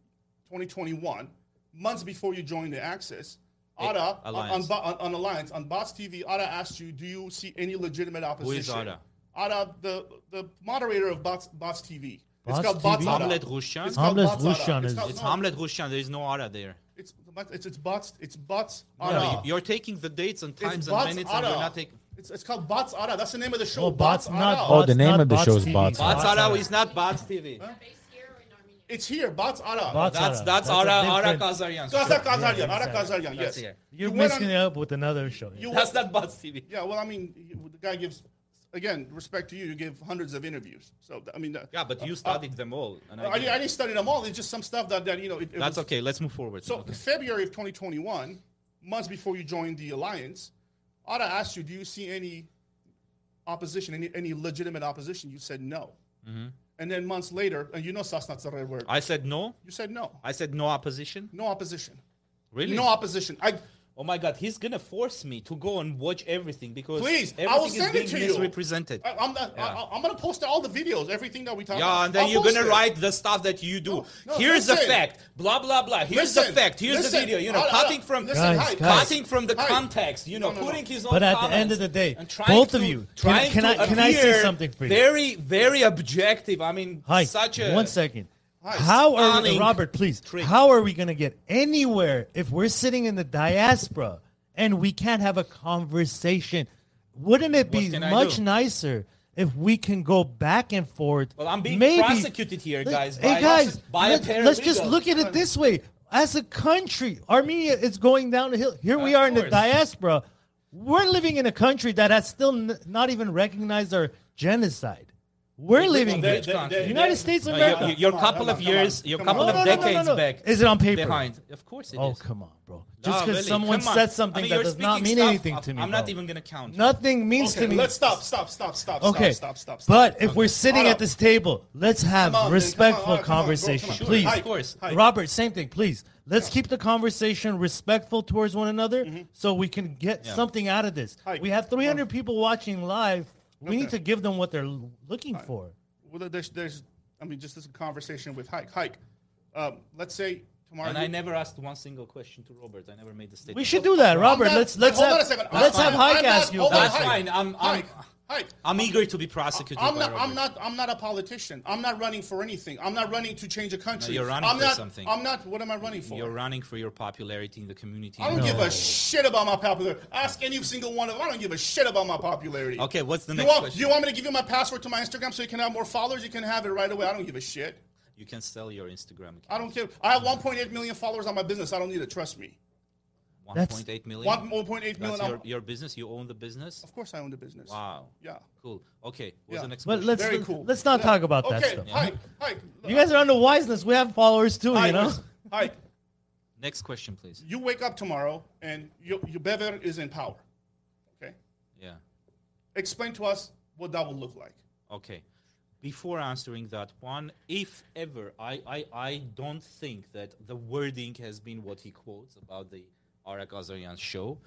D: 2021, months before you joined the Axis, Ada on-
C: Alliance.
D: On, on, on Alliance on Bots TV, Ada asked you, "Do you see any legitimate opposition?"
C: Ada?
D: Ada, the the moderator of Bots Bots TV.
B: Bots
D: it's called
B: TV?
D: Bots Ada.
C: Hamlet Russian.
D: It's called
B: Hamlet
D: Bots Ada.
B: Russian
D: It's
B: is-
D: called-
C: It's
D: no,
C: Hamlet Russian. There is no Ada there.
D: It's it's it's Bots. It's Bots
C: No,
D: Ada.
C: you- you're taking the dates and times
D: it's
C: and
D: Bots
C: minutes, and
D: Ada.
C: you're not taking.
D: It's, it's called Bots Ada. That's the name of the show.
B: Oh, Bots, not
D: Ada.
F: Oh, the
B: Bots,
F: name
B: not
F: of the
B: Bots
F: show is
B: TV.
F: Bots.
C: Bots
B: Ada.
C: Ada is not Bots TV.
H: based here or in Armenia?
D: It's here. Bats Ara.
B: Bats
C: That's
B: Ara.
C: that's
B: a
C: Ara Ara
B: different-
C: Kazarian.
D: Gaza Kazarian.
B: Yeah,
D: Ara
B: exactly.
C: That's
D: Kazarian. Yes.
C: here.
B: You're
D: You went on-
B: mixing it up with another show.
D: You
C: That's not Bats TV.
D: Yeah, well, I mean, you- the guy gives again respect to you. You give hundreds of interviews, so th- I mean, uh,
C: Yeah, but you studied them all. And
D: I,
C: didn't.
D: I didn't study them all. It's just some stuff that that you know. It, it
C: That's
D: was-
C: okay. Let's move forward.
D: So
C: Okay.
D: February of 2021, months before you joined the alliance, Ada asked you, "Do you see any opposition, any any legitimate opposition?" You said no, and then months later, and you know that's not the right word.
C: Mm-hmm. I said no.
D: you said no,
C: I said no opposition.
D: no opposition,
C: Really?
D: no opposition. I
C: Oh my God, he's gonna force me to go and watch everything because
D: Please, I
C: everything
D: will
C: is
D: send it
C: being
D: to you.
C: misrepresented.
D: I, I'm not,
C: Yeah.
D: I, I'm gonna post all the videos, everything that we talked about.
C: yeah, and then
D: I'll
C: you're
D: post
C: gonna
D: it.
C: write the stuff that you do.
D: no,
C: Here's the
D: listen.
C: fact. Blah blah blah. Here's the
D: Listen,
C: fact. Here's
D: listen,
C: the video. You know,
D: Ara, Ara,
C: cutting from
D: listen,
B: Guys,
D: hi,
B: guys.
C: cutting from the
D: Hi.
C: context. You know,
D: No, no, no.
C: putting his own.
B: But at the
C: comments
B: end of the day,
C: and trying
B: both
C: to-
B: of you, can-
C: trying
B: can
C: to
B: I- can I say
C: appear
B: something for you?
C: Very very objective. I mean,
B: Hi.
C: such a
B: one second.
D: Hi.
B: How are we,
C: Stunning
B: Robert? Please.
C: trick.
B: How are we going to get anywhere if we're sitting in the diaspora and we can't have a conversation? Wouldn't it
C: What
B: be
C: can I
B: much
C: do?
B: nicer if we can go back and forth?
C: Well, I'm being prosecuted here, guys,
B: Hey
C: by-
B: guys,
C: by a
B: let, us just
C: paralegal.
B: look at it this way: as a country, Armenia is going down the hill. Here we
C: Of
B: are in the
C: course.
B: diaspora. We're living in a country that has still n- not even recognized our genocide. We're living
C: Well,
B: here.
C: they- they- they-
B: United States of
C: No,
B: America.
C: you're, you're
D: Come on,
C: couple
D: come
C: of
D: on, come
C: years,
D: on,
C: you're
D: come on.
C: couple
D: No,
C: of
B: no, no, no,
C: decades
B: no.
C: back.
B: Is it on paper?
C: Behind, of course it is.
B: Oh, come on, bro.
C: No,
B: Just because
C: really,
B: someone
C: come on.
B: said something
C: I mean,
B: that
C: you're
B: does not
C: speaking
B: mean
C: stuff.
B: anything to
C: I'm
B: me.
C: I'm
B: bro.
C: not even gonna count. you.
B: Nothing means
D: Okay,
B: to me.
D: let's stop, stop, stop, stop, stop,
B: Okay.
D: stop, stop, stop.
B: But if we're sitting
D: Hold
B: at
D: up.
B: this table, let's have
D: Come on, dude. Come on,
B: respectful
D: all right, come on, bro,
B: conversation,
D: come on.
B: please.
D: Hi.
C: Of course.
D: Hi.
B: Robert, same thing, please. Let's keep the conversation respectful towards one another
D: Mm-hmm.
B: so we can get something out of this.
D: Hi.
B: We have 300 people watching live. We need
D: Okay.
B: to give them what they're l- looking for.
D: Well, there's, there's, I mean, just this conversation with Hike. Hike, um, let's say tomorrow.
C: And
D: you-
C: I never asked one single question to Robert. I never made the statement.
B: We should do that, Robert.
D: I'm not-
B: let's let's
D: hold
B: have
D: on a second. I'm
B: let's
D: fine.
B: have Hike
D: I'm not-
B: ask you.
D: hold on,
B: about
C: That's
D: Hike.
B: it.
C: fine. I'm- I'm-
D: Hike. Hike.
C: I'm eager to be prosecuted.
D: I'm
C: by
D: not.
C: Robert.
D: I'm not. I'm not a politician. I'm not running for anything. I'm not running to change a country.
C: you're running
D: I'm
C: for
D: not,
C: something.
D: I'm not. What am I running for?
C: You're running for your popularity in the community.
D: I don't give
B: No.
D: a shit about my popularity. Ask any single one of them. I don't give a shit about my popularity.
C: Okay, what's the
D: You
C: next
D: want,
C: question?
D: you want me to give you my password to my Instagram so you can have more followers? You can have it right away. I don't give a shit.
C: You can sell your Instagram account.
D: I don't care. I have 1.8 million followers on my business. I don't need it. Trust me.
B: That's-
C: 1.8 million.
D: One- 1.8
C: That's
D: million.
C: your,
D: I'm-
C: your business. You own the business.
D: Of course, I own the business.
C: Wow.
D: Yeah.
C: Cool. Okay. What's
D: Yeah.
C: the next
B: But
C: question?
B: let's-
D: Very cool.
B: let's not talk about
D: okay,
B: that stuff.
D: Hi, hi.
B: You guys are on the wiseness. We have followers too,
D: Hi,
B: you know.
D: hi.
C: Next question, please.
D: uh, You wake up tomorrow and your your Bever is in power. Okay.
C: Yeah.
D: Explain to us what that will look like.
C: Okay. Before answering that one, if ever, I, I, I don't think that the wording has been what he quotes about the Arak Azarian show.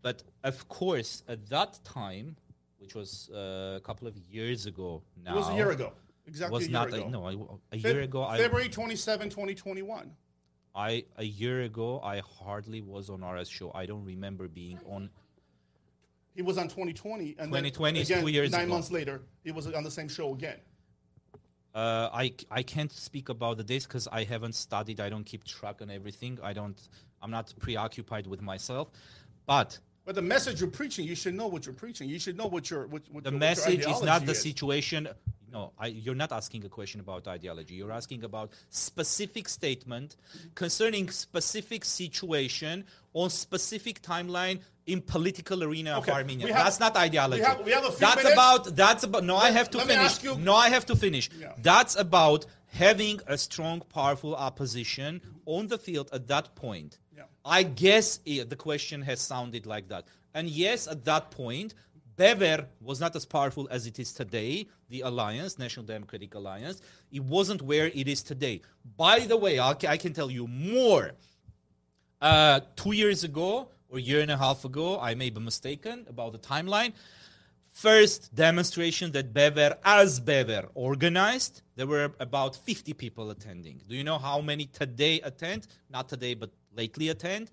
C: But of course, at that time, which was uh, a couple of years ago now.
D: It was a year ago. Exactly
C: Was
D: a year
C: not
D: ago.
C: A, no, I- a
D: Feb-
C: year ago. I,
D: February 27, 2021.
C: I a year ago I hardly was on RS show. I don't remember being on.
D: He was on 2020. And
C: 2020
D: then
C: is
D: again,
C: two years
D: Nine
C: ago.
D: months later, he was on the same show again.
C: Uh, I I can't speak about the dates because I haven't studied. I don't keep track on everything. I don't. I'm not preoccupied with myself. But
D: But the message you're preaching, you should know what you're preaching. You should know what your what, what
C: the
D: your, what your
C: message is not
D: ideology
C: the situation. No, I, you're not asking a question about ideology. You're asking about specific statement concerning specific situation on specific timeline in political arena
D: Okay,
C: of Armenia.
D: we have-
C: that's not ideology.
D: we have- we have a few
C: that's
D: minutes.
C: about. That's about. No, I have to
D: let me
C: finish.
D: ask you-
C: No, I have to finish.
D: Yeah.
C: That's about having a strong, powerful opposition on the field at that point.
D: Yeah.
C: I guess i- the question has sounded like that. And yes, at that point, Bever was not as powerful as it is today, the alliance, National Democratic Alliance. It wasn't where it is today. By the way, I'll, I can tell you more. Uh, two years ago or a year and a half ago, I may be mistaken about the timeline. First demonstration that Bever, as Bever, organized, there were about 50 people attending. Do you know how many today attend? Not today, but lately attend?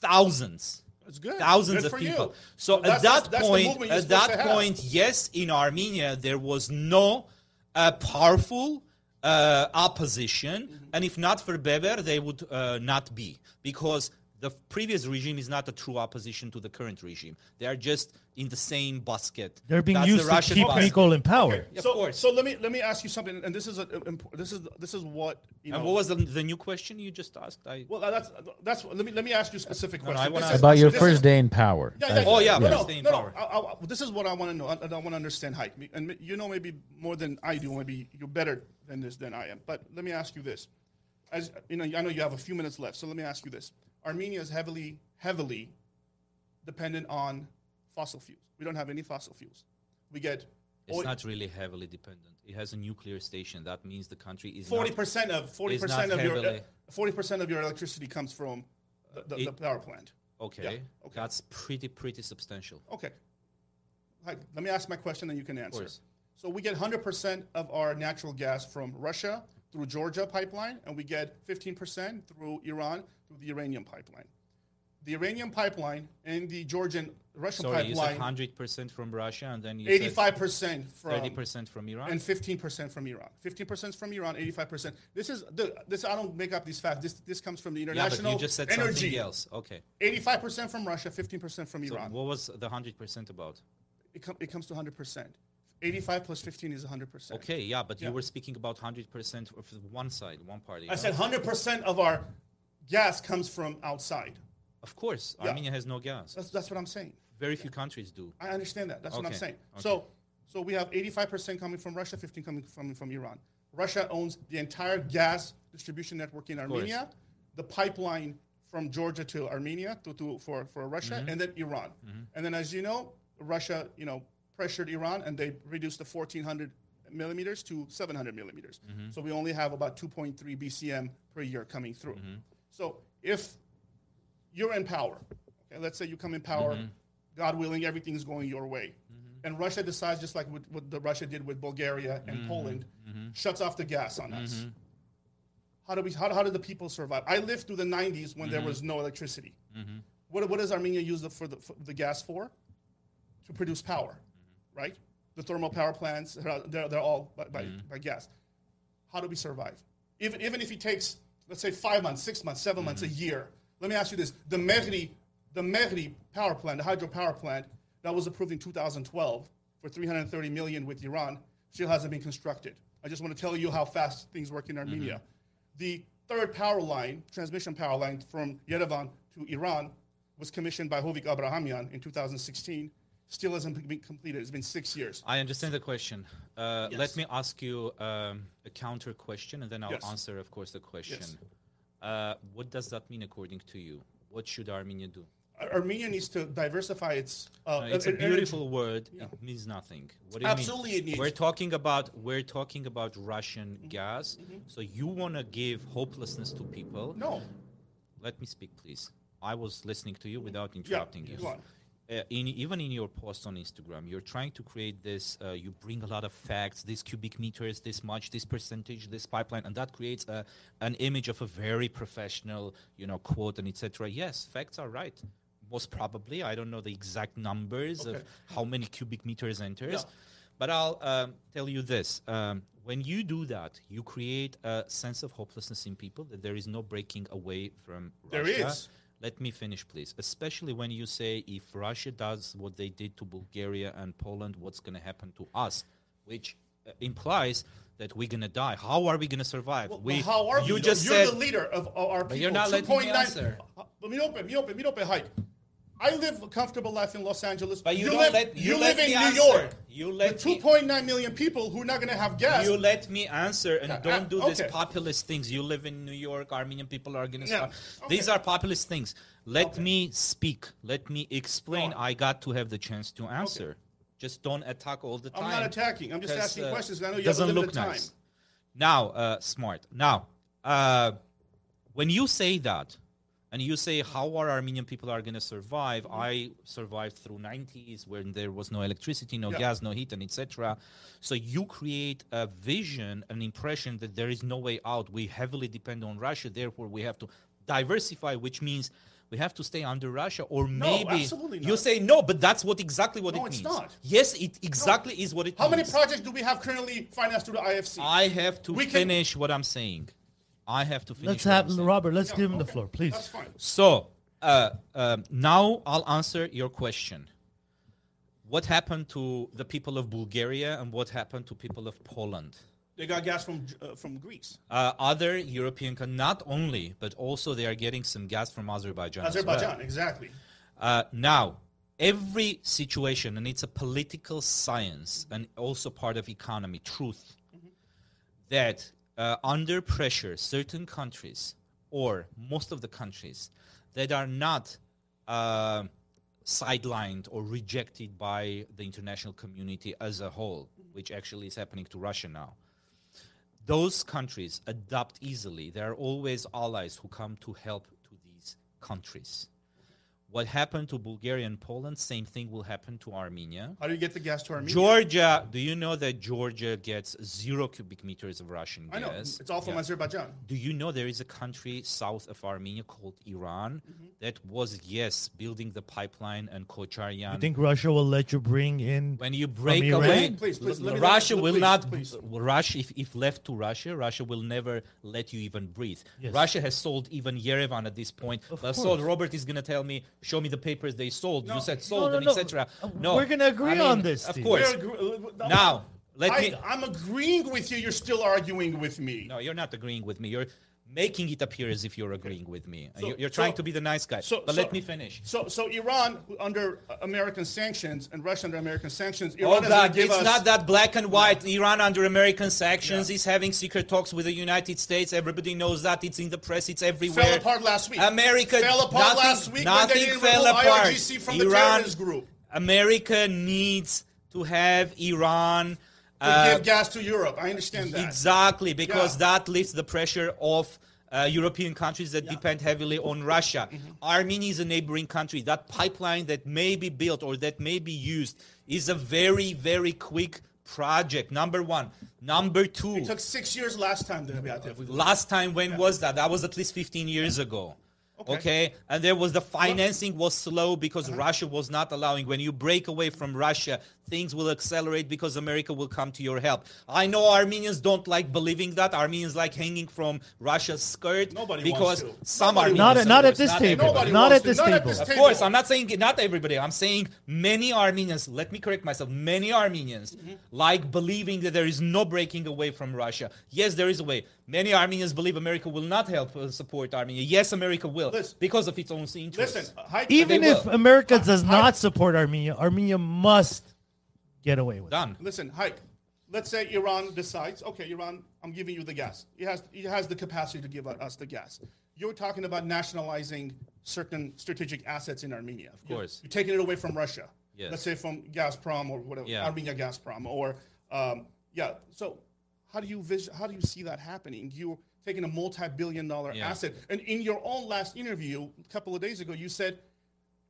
C: Thousands.
D: That's good.
C: Thousands
D: Good
C: of
D: for
C: people.
D: you.
C: So
D: That's-
C: at that
D: that's the
C: point,
D: movement you're
C: at
D: supposed to
C: that
D: have.
C: point, yes, in Armenia there was no uh, powerful
D: Mm-hmm.
C: uh, opposition, and if not for Beber, they would uh, not be because the previous regime is not a true opposition to the current regime. They are just in the same basket.
B: They're being
C: That's the
B: used to
C: Russian
B: keep
C: basket.
B: Nicole in power.
C: Of
D: so,
C: course.
D: So let me let me ask you something, and this is a, imp- this is this is what you know.
C: And what was the, the new question you just asked? I,
D: well, that's that's let me let me ask you a specific
C: no, I
D: question.
C: wanna
D: This
C: ask-
D: is-
F: About your
D: this
F: first
D: is-
F: day in power.
D: Yeah,
F: That's-
D: yeah,
C: Oh, yeah,
D: No,
C: yeah.
D: no,
C: Stay in
D: no,
C: power.
D: no. I, I, this is what I want to know. I, I want to understand height, and you know maybe more than I do. Maybe you're better than this than I am. But let me ask you this: as you know, I know you have a few minutes left, so let me ask you this: Armenia is heavily, heavily dependent on fossil fuels. We don't have any fossil fuels. We get oh,
C: it's not really heavily dependent. It has a nuclear station. That means the country is
D: forty
C: not-
D: percent of forty percent
C: not
D: of your
C: heavily.
D: forty percent of your electricity comes from the, the, the
C: It-
D: power plant.
C: Okay.
D: Yeah, okay.
C: That's pretty pretty substantial.
D: Okay. Like, let me ask my question, and you can answer.
C: course.
D: So we get 100% of our natural gas from Russia through Georgia pipeline, and we get 15% through Iran through the uranium pipeline. The uranium pipeline and the Georgian Russian
C: Sorry, you said
D: pipeline,
C: hundred percent from Russia, and then you
D: 85%
C: said thirty
D: from
C: percent from Iran.
D: and 15% from Iran. 15% from Iran, 85%. This is the, this. I don't make up these facts. This this comes from the
C: yeah, but
D: International
C: you just said
D: Energy.
C: something else. Okay.
D: 85% from Russia, 15% from
C: So
D: Iran.
C: what was the hundred percent about?
D: it, com- it comes to 100%. 85 plus 15 is 100%.
C: Okay, yeah, but
D: Yeah.
C: you were speaking about hundred percent of the one side, one party.
D: I said 100% of our gas comes from outside.
C: Of course,
D: Yeah.
C: Armenia has no gas.
D: That's, that's what I'm saying.
C: Very few countries do.
D: I understand that. That's what I'm
C: Okay,
D: saying.
C: okay.
D: So, so we have 85% coming from Russia, 15 coming from, from Iran. Russia owns the entire gas distribution network in
C: course.
D: Armenia, the pipeline from Georgia to Armenia to, to, for, for Russia,
C: Mm-hmm.
D: and then Iran. And then, as you know, Russia, you know, pressured Iran and they reduced the 1400 millimeters to 700 millimeters.
C: Mm-hmm.
D: So we only have about 2.3 BCM per year coming through.
C: Mm-hmm.
D: So if you're in power. Okay, let's say you come in power, God willing, everything's going your way. And Russia decides, just like what, what the Russia did with Bulgaria and Poland, shuts off the gas on us. How do we? How, how do the people survive? I lived through the '90s when there was no electricity. What, what does Armenia use the, for, the, for the gas for? To produce power, right? The thermal power plants, they're, they're all by, by, by gas. How do we survive? Even, even if it takes, let's say, five months, six months, 7 months, a
C: Mm-hmm.
D: year. Let me ask you this: the Mehri, the Mehri power plant, the hydropower plant that was approved in 2012 for 330 million with Iran, still hasn't been constructed. I just want to tell you how fast things work in
C: Mm-hmm.
D: Armenia. The third power line, transmission power line from Yerevan to Iran, was commissioned by Hovik Abrahamian in 2016. Still hasn't been completed. It's been six years.
C: I understand the question. Uh, Let
D: Yes.
C: me ask you um, a counter question, and then I'll
D: Yes.
C: answer, of course, the question. Uh, what does that mean according to you? What should Armenia do?
D: Ar- Armenia needs to diversify its. Uh,
C: Uh, it's a
D: en- energy-
C: beautiful word. It means nothing. What do you
D: Absolutely
C: mean?
D: it Mm-hmm. needs-
C: We're talking about we're talking about Russian gas. So you want to give hopelessness to people?
D: No,
C: Let me speak, please. I was listening to you without
D: Mm-hmm. yeah.
C: interrupting you.
D: go on.
C: uh, in even in your post on Instagram, you're trying to create this. Uh, you bring a lot of facts, these cubic meters, this much, this percentage, this pipeline, and that creates a, an image of a very professional, you know, quote and etc. Yes, facts are right. Most probably, I don't know the exact numbers of
D: Okay.
C: how many cubic meters enters,
D: Yeah.
C: but I'll um, tell you this: um, when you do that, you create a sense of hopelessness in people that there is no breaking away from
D: There
C: Russia.
D: is.
C: Let me finish, please. Especially when you say if Russia does what they did to Bulgaria and Poland, what's going to happen to us? Which uh, implies that we're going to die. How are we going to survive?
D: Well,
C: we,
D: well, how are
C: you
D: we? though?
C: just
D: you're
C: said
D: the leader of our- our people.
C: you're not letting me
D: 2.9
C: answer.
D: Uh, Let me open, me open, me open, hike. I live a comfortable life in Los Angeles.
C: But you don't
D: live,
C: let- you
D: you
C: let
D: live in
C: me
D: New
C: answer.
D: York.
C: You
D: With
C: let me-
D: 2.9 million people who are not going to have gas.
C: You let me answer and
D: Yeah,
C: don't
D: uh,
C: do this
D: okay.
C: populist things. You live in New York, Armenian people are going to
D: Yeah,
C: These
D: okay.
C: are populist things. Let
D: Okay.
C: me speak. Let me explain.
D: Go on.
C: I got to have the chance to answer. Just don't attack all the
D: I'm
C: time.
D: not attacking. I'm just
C: 'cause, uh,
D: asking questions, 'cause I know you have a
C: doesn't
D: limited
C: look
D: time.
C: nice. Now, uh, smart. Now, uh, when you say that, and you say how are Armenian people are going to survive? I survived through 90s when there was no electricity, no
D: Yeah.
C: gas, no heat, and etc. So you create a vision, an impression that there is no way out. We heavily depend on Russia, therefore we have to diversify, which means we have to stay under Russia, or maybe
D: absolutely
C: you
D: not.
C: say no, but that's what exactly what
D: No,
C: it
D: it's
C: means.
D: not.
C: Yes, it exactly is what it
D: How many
C: means.
D: projects do we have currently financed through the IFC?
C: I have to
D: We can-
C: finish what I'm saying. I have to finish.
B: Let's
C: what I'm
B: have
C: saying.
B: Robert. Let's
D: Yeah,
B: give him the
D: okay,
B: floor, please.
D: That's fine.
C: So uh, um, now I'll answer your question. What happened to the people of Bulgaria and what happened to people of Poland?
D: They got gas from uh, from Greece.
C: Uh, other European, coun- not only, but also they are getting some gas from Azerbaijan. as well.
D: Azerbaijan, exactly.
C: Uh, now, every situation, and it's a political science and also part of economy, truth, that uh, under pressure, certain countries or most of the countries that are not uh, sidelined or rejected by the international community as a whole, which actually is happening to Russia now, those countries adapt easily. There are always allies who come to help to these countries. What happened to Bulgaria and Poland, same thing will happen to Armenia.
D: How do you get the gas to Armenia?
C: Georgia, do you know that Georgia gets zero cubic meters of Russian
D: I know.
C: gas?
D: It's all from
C: Yeah.
D: Azerbaijan.
C: Do you know there is a country south of Armenia called Iran
D: Mm-hmm.
C: that was, yes, building the pipeline and
B: You
C: Kocharyan?
B: think Russia will let you bring in?
C: when you break
B: Iran?
C: away,
D: Please, please,
C: l-
D: let me-
C: Russia
D: let-
C: will
D: please,
C: not.
D: please.
C: Russia, if, if left to Russia, Russia will never let you even breathe.
B: Yes.
C: Russia has sold even Yerevan at this point.
B: Of
C: But
B: course.
C: sold. Robert is going to tell me, show me the papers they sold.
D: No.
C: You said sold
B: no,
C: and
B: no.
C: etc.
B: Uh,
C: No,
B: we're gonna agree on this,
C: Of
B: Steve.
C: course.
D: We're agr- uh,
C: Now, let
D: I,
C: me-
D: I'm agreeing with you. You're still arguing with me.
C: No, you're not agreeing with me. You're making it appear as if you're agreeing with me. And
D: So-
C: you're, you're trying
D: so-
C: to be the nice guy.
D: so-
C: but
D: so-
C: let me finish.
D: So, so Iran under uh, American sanctions and Russia under American sanctions. Iran
C: Oh
D: is
C: God!
D: gonna give
C: It's
D: us-
C: not that black and white. Iran under American sanctions is having secret talks with the United States. Everybody knows that. It's in the press. It's everywhere.
D: Fell apart last week.
C: America
D: fell apart
C: nothing-
D: last week when
C: nothing
D: they didn't
C: fell
D: remove
C: apart.
D: IRGC from the
C: Iran-
D: terrorist group
C: America needs to have Iran.
D: to
C: uh,
D: give gas to Europe. I understand that.
C: Exactly, because
D: Yeah.
C: that lifts the pressure off uh, European countries that depend heavily on Russia.
D: Mm-hmm.
C: Armenia is a neighboring country. That pipeline that may be built or that may be used is a very, very quick project. Number one. Number two.
D: It took six years last time to be out there.
C: Last time, when was that? That was at least 15 years ago. Okay.
D: Okay. Uh-huh.
C: And there was the financing was slow because Russia was not allowing. When you break away from Russia, things will accelerate because America will come to your help. I know Armenians don't like believing that. Armenians like hanging from Russia's skirt
D: Nobody
C: because
D: wants to.
C: some
D: Nobody
C: Armenians.
B: Not
D: wants
B: at,
C: of
D: to.
B: not at this table.
C: course, not
D: everybody
B: Not
D: wants
B: at
D: to.
B: this
D: Not at
B: table.
D: this
C: of
D: table.
C: course, I'm not saying not everybody. I'm saying many Armenians. Let me correct myself. Many Armenians
D: Mm-hmm.
C: like believing that there is no breaking away from Russia. Yes, there is a way. Many Armenians believe America will not help uh, support Armenia. Yes, America will
D: Listen.
C: because of its own interests.
D: Listen, hi,
B: Even
C: They
B: if
C: will.
B: America does not support Armenia, Armenia must get away with it.
C: Done.
D: Listen, Hike. Let's say Iran decides, okay, Iran, I'm giving you the gas. It has it has the capacity to give us the gas. You're talking about nationalizing certain strategic assets in Armenia. Of
C: course.
D: You're taking it away from Russia.
C: Yes.
D: Let's say from Gazprom or whatever,
C: Yeah.
D: Armenia Gazprom or um, yeah. So how do you vision, how do you see that happening? You're taking a multi-billion dollar
C: Yeah.
D: asset. And in your own last interview a couple of days ago, you said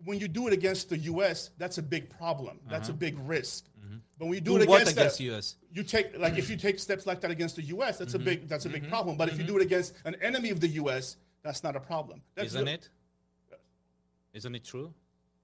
D: when you do it against the US, that's a big problem. That's a
C: Uh-huh.
D: big risk.
C: Mm-hmm.
D: But when you do,
C: Do
D: it
C: what
D: against,
C: against
D: the-
C: US?
D: You take like if you take steps like that against the US, that's
C: Mm-hmm.
D: a big that's a big problem. But if you do it against an enemy of the US, that's not a problem. That's
C: Isn't
D: the-
C: it? Isn't it true?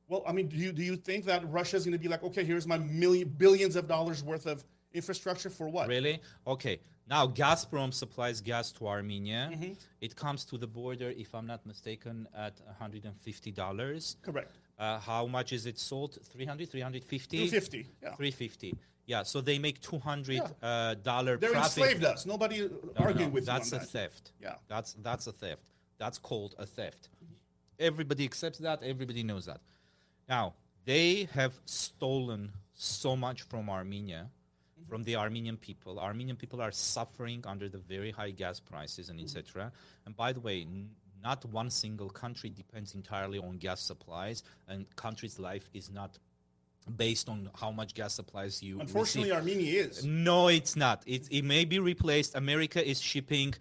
D: Well, I mean, do you do you think that Russia's going to be like, okay, here's my million billions of dollars worth of infrastructure for what?
C: Really? Okay. Now Gazprom supplies gas to Armenia.
D: Mm-hmm.
C: It comes to the border, if I'm not mistaken, at 150 dollars.
D: Correct.
C: Uh, how much is it sold? 300, 350?
D: 250, yeah.
C: 350. Yeah, so they make 200 uh, dollar
D: They're
C: profit.
D: enslaved us. Nobody
C: No, no, no,
D: argued with
C: that's
D: you
C: a
D: on that.
C: theft.
D: Yeah.
C: That's that's a theft. That's called a theft. Everybody accepts that, everybody knows that. Now, they have stolen so much from Armenia,
D: Mm-hmm.
C: from the Armenian people. Armenian people are suffering under the very high gas prices and
D: Mm-hmm.
C: etc. And by the way, n- not one single country depends entirely on gas supplies, and country's life is not based on how much gas supplies you
D: Unfortunately,
C: receive.
D: Armenia is.
C: No, it's not. It, it may be replaced. America is shipping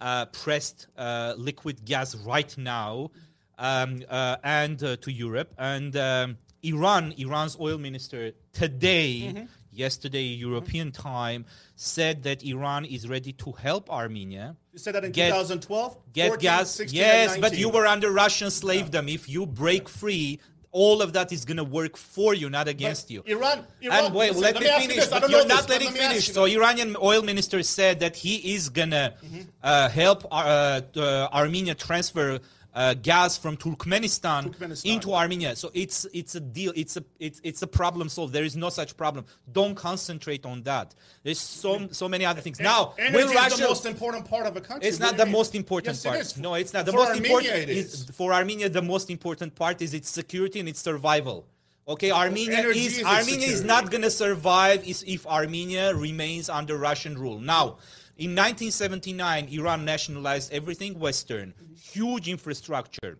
C: uh, pressed uh, liquid gas right now um, uh, and uh, to Europe. And um, Iran, Iran's oil minister today, yesterday, European time, said that Iran is ready to help Armenia
D: You said that in
C: Get-
D: 2012.
C: get
D: 14,
C: gas.
D: 16, and
C: yes, but
D: 19.
C: you were under Russian slavedom. If you break free, all of that is going to work for you, not against you.
D: Iran- Iran-
C: and wait,
D: listen,
C: let,
D: let
C: me
D: me ask you
C: finish.
D: this, I
C: but
D: don't
C: you're
D: know
C: not
D: this, but
C: letting
D: let me ask
C: finish.
D: you
C: So
D: this.
C: Iranian oil minister
D: Mm-hmm.
C: said that he is going to uh, help Ar- uh, uh, Armenia transfer. uh, uh, gas from Turkmenistan,
D: Turkmenistan.
C: into Armenia. So it's it's a deal. It's a it's it's a problem solved. There is no such problem. Don't concentrate on that. There's so so many other things. Now,
D: Energy
C: will
D: is
C: Russia?
D: the most important part of a country.
C: It's
D: What
C: not
D: do
C: the
D: you mean?
C: most important
D: yes,
C: part.
D: It is.
C: No, it's not the
D: For
C: most
D: Armenia
C: important.
D: It is.
C: is- for Armenia, the most important part is its security and its survival. Okay, Armenia
D: Oh, energy
C: is,
D: is its
C: Armenia is
D: security.
C: not gonna survive is if Armenia remains under Russian rule. Now, in 1979, Iran nationalized everything Western, huge infrastructure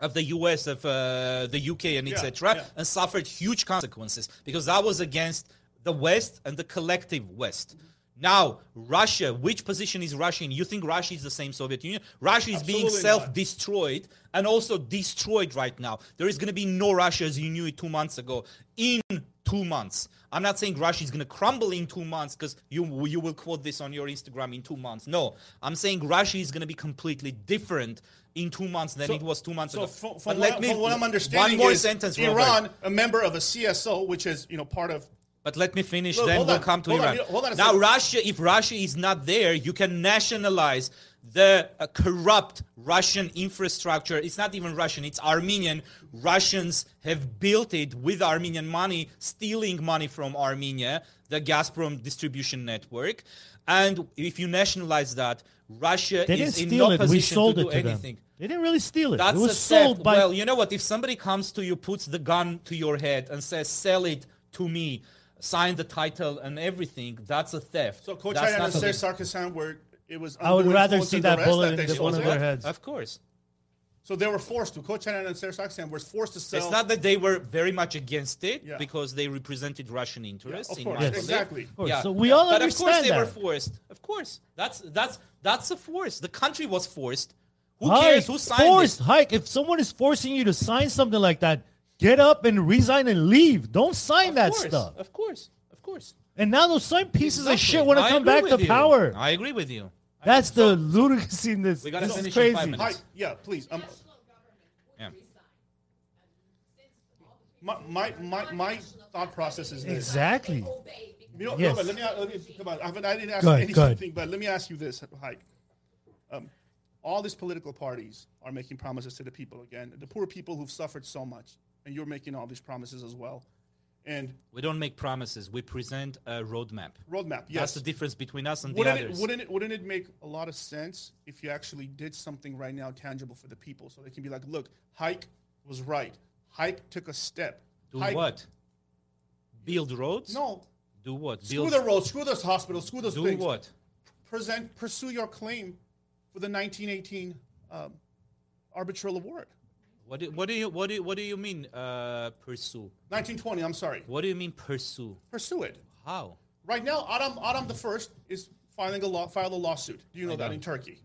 C: of the US, of uh, the UK, and etc.,
D: yeah.
C: and suffered huge consequences because that was against the West and the collective West. Now, Russia, which position is Russia in? You think Russia is the same Soviet Union? Russia is being
D: Absolutely not.
C: self destroyed and also destroyed right now. There is going to be no Russia as you knew it two months ago in two months. I'm not saying Russia is going to crumble in two months because you you will quote this on your Instagram in two months. No, I'm saying Russia is going to be completely different in two months than it was two months
D: So
C: ago.
D: from,
C: But
D: from, what, from what I'm understanding,
C: one more
D: is
C: sentence, Robert.
D: Iran, a member of a CSO, which is you know part of
C: But let me finish,
D: Look,
C: then
D: hold
C: we'll
D: on,
C: come to
D: hold on,
C: Iran.
D: you- hold on a
C: now,
D: second.
C: Russia, if Russia is not there, you can nationalize the uh, corrupt Russian infrastructure. It's not even Russian, it's Armenian. Russians have built it with Armenian money, stealing money from Armenia, the Gazprom distribution network. And if you nationalize that, Russia
B: They didn't
C: is in
B: steal
C: no
B: it.
C: position
B: We sold
C: to
B: it
C: do
B: to
C: anything.
B: them. They didn't really steal it.
C: That's
B: it
C: a
B: was
C: theft.
B: sold by.
C: Well, you know what? If somebody comes to you, puts the gun to your head, and says, "Sell it to me," sign the title and everything, that's a theft.
D: so Coach
C: That's
D: Ayan
C: not
D: and
C: a
D: Sir
C: theft.
D: Sarkisian were it was.
B: I would
D: under
B: rather
D: influence
B: see
D: of the
B: that
D: rest
B: bullet in
D: they
B: the
D: sold
B: bullet
D: it.
B: their heads.
C: Of course,
D: So they were forced to. Coach Ayan and Sir Sarkisian were forced to sell.
C: it's not that they were very much against it
D: Yeah.
C: because they represented Russian interests.
D: of
C: in
D: course,
C: my belief.
D: exactly.
B: Of course.
C: Yeah.
B: So we all
C: but
B: understand
C: of course they
B: that.
C: were forced. Of course, that's that's that's a force. The country was forced. Who
B: Hike,
C: cares who signed
B: forced,
C: it?
B: Hike, if someone is forcing you to sign something like that, get up and resign and leave. Don't sign that
C: of course,
B: stuff.
C: Of course, of course.
B: And now those same pieces of
C: Exactly.
B: shit want to
C: I
B: come
C: agree
B: back
C: with
B: to
C: you.
B: power.
C: I agree with you.
B: That's the ludicrous in this.
C: We gotta
B: this is
C: finish in
B: crazy.
C: five
D: Hi,
C: minutes.
D: yeah, please. Um,
C: Yeah.
D: my, my my my thought process is this.
B: Exactly.
D: You know,
B: Yes.
D: Robert, let me, let me come on. I, haven't, I didn't ask
B: Go ahead,
D: anything,
B: go ahead.
D: but let me ask you this, Hike. Um, all these political parties are making promises to the people again, the poor people who've suffered so much, and you're making all these promises as well. And
C: We don't make promises. We present a roadmap.
D: roadmap,
C: That's
D: yes.
C: the difference between us and
D: wouldn't
C: the others.
D: it, wouldn't it wouldn't it make a lot of sense if you actually did something right now tangible for the people, so they can be like, look, Hike was right. Hike took a step.
C: Do
D: Hike-
C: what? Build roads?
D: No.
C: Do what?
D: Screw
C: Build.
D: the roads. Screw this hospital. Screw those
C: do
D: things.
C: what?
D: present pursue your claim for the 1918 um, arbitral award.
C: What do, what do you what do you, what do you mean uh, pursue?
D: 1920, I'm sorry.
C: What do you mean pursue?
D: Pursue it.
C: How?
D: Right now, Adam Adam the first is filing a law, filed a lawsuit. Do you know that
C: know.
D: in Turkey?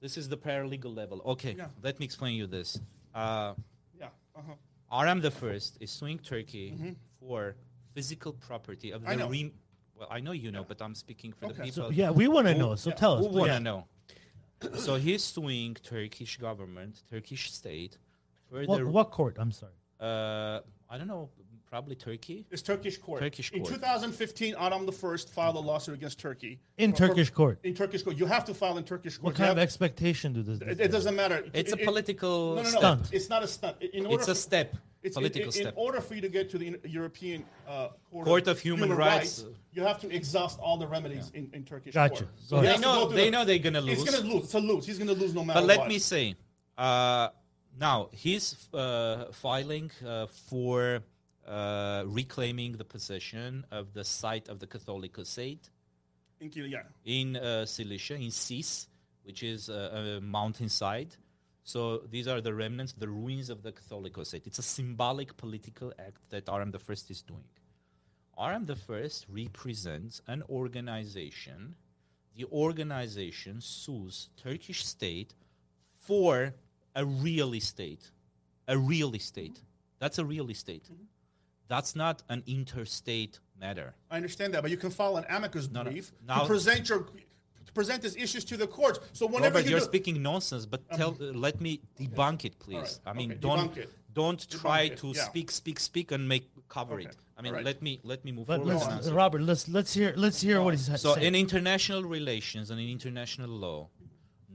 C: This is the paralegal level. Okay,
D: Yeah.
C: let me explain you this. Uh,
D: Yeah. Uh-huh.
C: Aram the first is suing Turkey for physical property of the
D: Mm-hmm. I know.
C: rem- well, I know you know, but I'm speaking for the
D: Okay.
C: people.
B: So, yeah, we want to
C: Who-
B: know. So tell us.
C: Who want to
B: please.
C: know? So he's suing Turkish government, Turkish state, for
B: What,
C: the
B: what court? I'm sorry.
C: uh, I don't know, probably Turkey.
D: It's Turkish court.
C: Turkish
D: in
C: court.
D: 2015, Adam the first filed a lawsuit against Turkey.
B: In Turkish court.
D: In Turkish court. You have to file in Turkish court.
B: What
D: You
B: kind of
D: have-
B: expectation do this?
D: it, it doesn't matter.
C: It's
D: It-
C: a
D: it-
C: political
D: no, no, no.
C: step.
D: It's not a stunt. In order
C: It's a
D: for-
C: step.
D: It's in-
C: political
D: in,
C: step.
D: In order for you to get to the European uh, Court,
C: Court of Human Rights.
D: you have to exhaust all the remedies in, in Turkish
B: Gotcha.
D: court.
B: Go
D: he
B: ahead.
D: has
C: they
D: to go
C: know
D: through
C: they
D: the-
C: know they're gonna lose.
D: He's gonna lose. It's a lose. He's gonna lose no matter.
C: but let
D: what.
C: me say, uh, now he's uh, filing uh, for uh, reclaiming the possession of the site of the Catholic state
D: Thank you. Yeah.
C: in uh, Cilicia, in Sis, which is uh, a, a mountainside. So these are the remnants, the ruins of the Catholicos state. It's a symbolic political act that Aram the First is doing. Aram the First represents an organization. The organization sues Turkish state for a real estate, a real estate. That's a real estate. That's not an interstate matter.
D: I understand that, but you can file an amicus
C: No, no.
D: brief
C: Now-
D: to present your to present these issues to the courts. So whenever
C: Robert,
D: you
C: you're
D: do,
C: speaking nonsense, but tell, uh, let me debunk it, please.
D: Alright,
C: I mean,
D: okay,
C: don't
D: debunk it.
C: don't try
D: it,
C: to
D: yeah.
C: speak, speak, speak, and make cover it. I mean,
D: alright.
C: let me let me move
B: But
C: forward.
B: let's,
C: and answer.
B: Robert, let's let's hear let's hear what he's
C: So,
B: saying.
C: in international relations and in international law,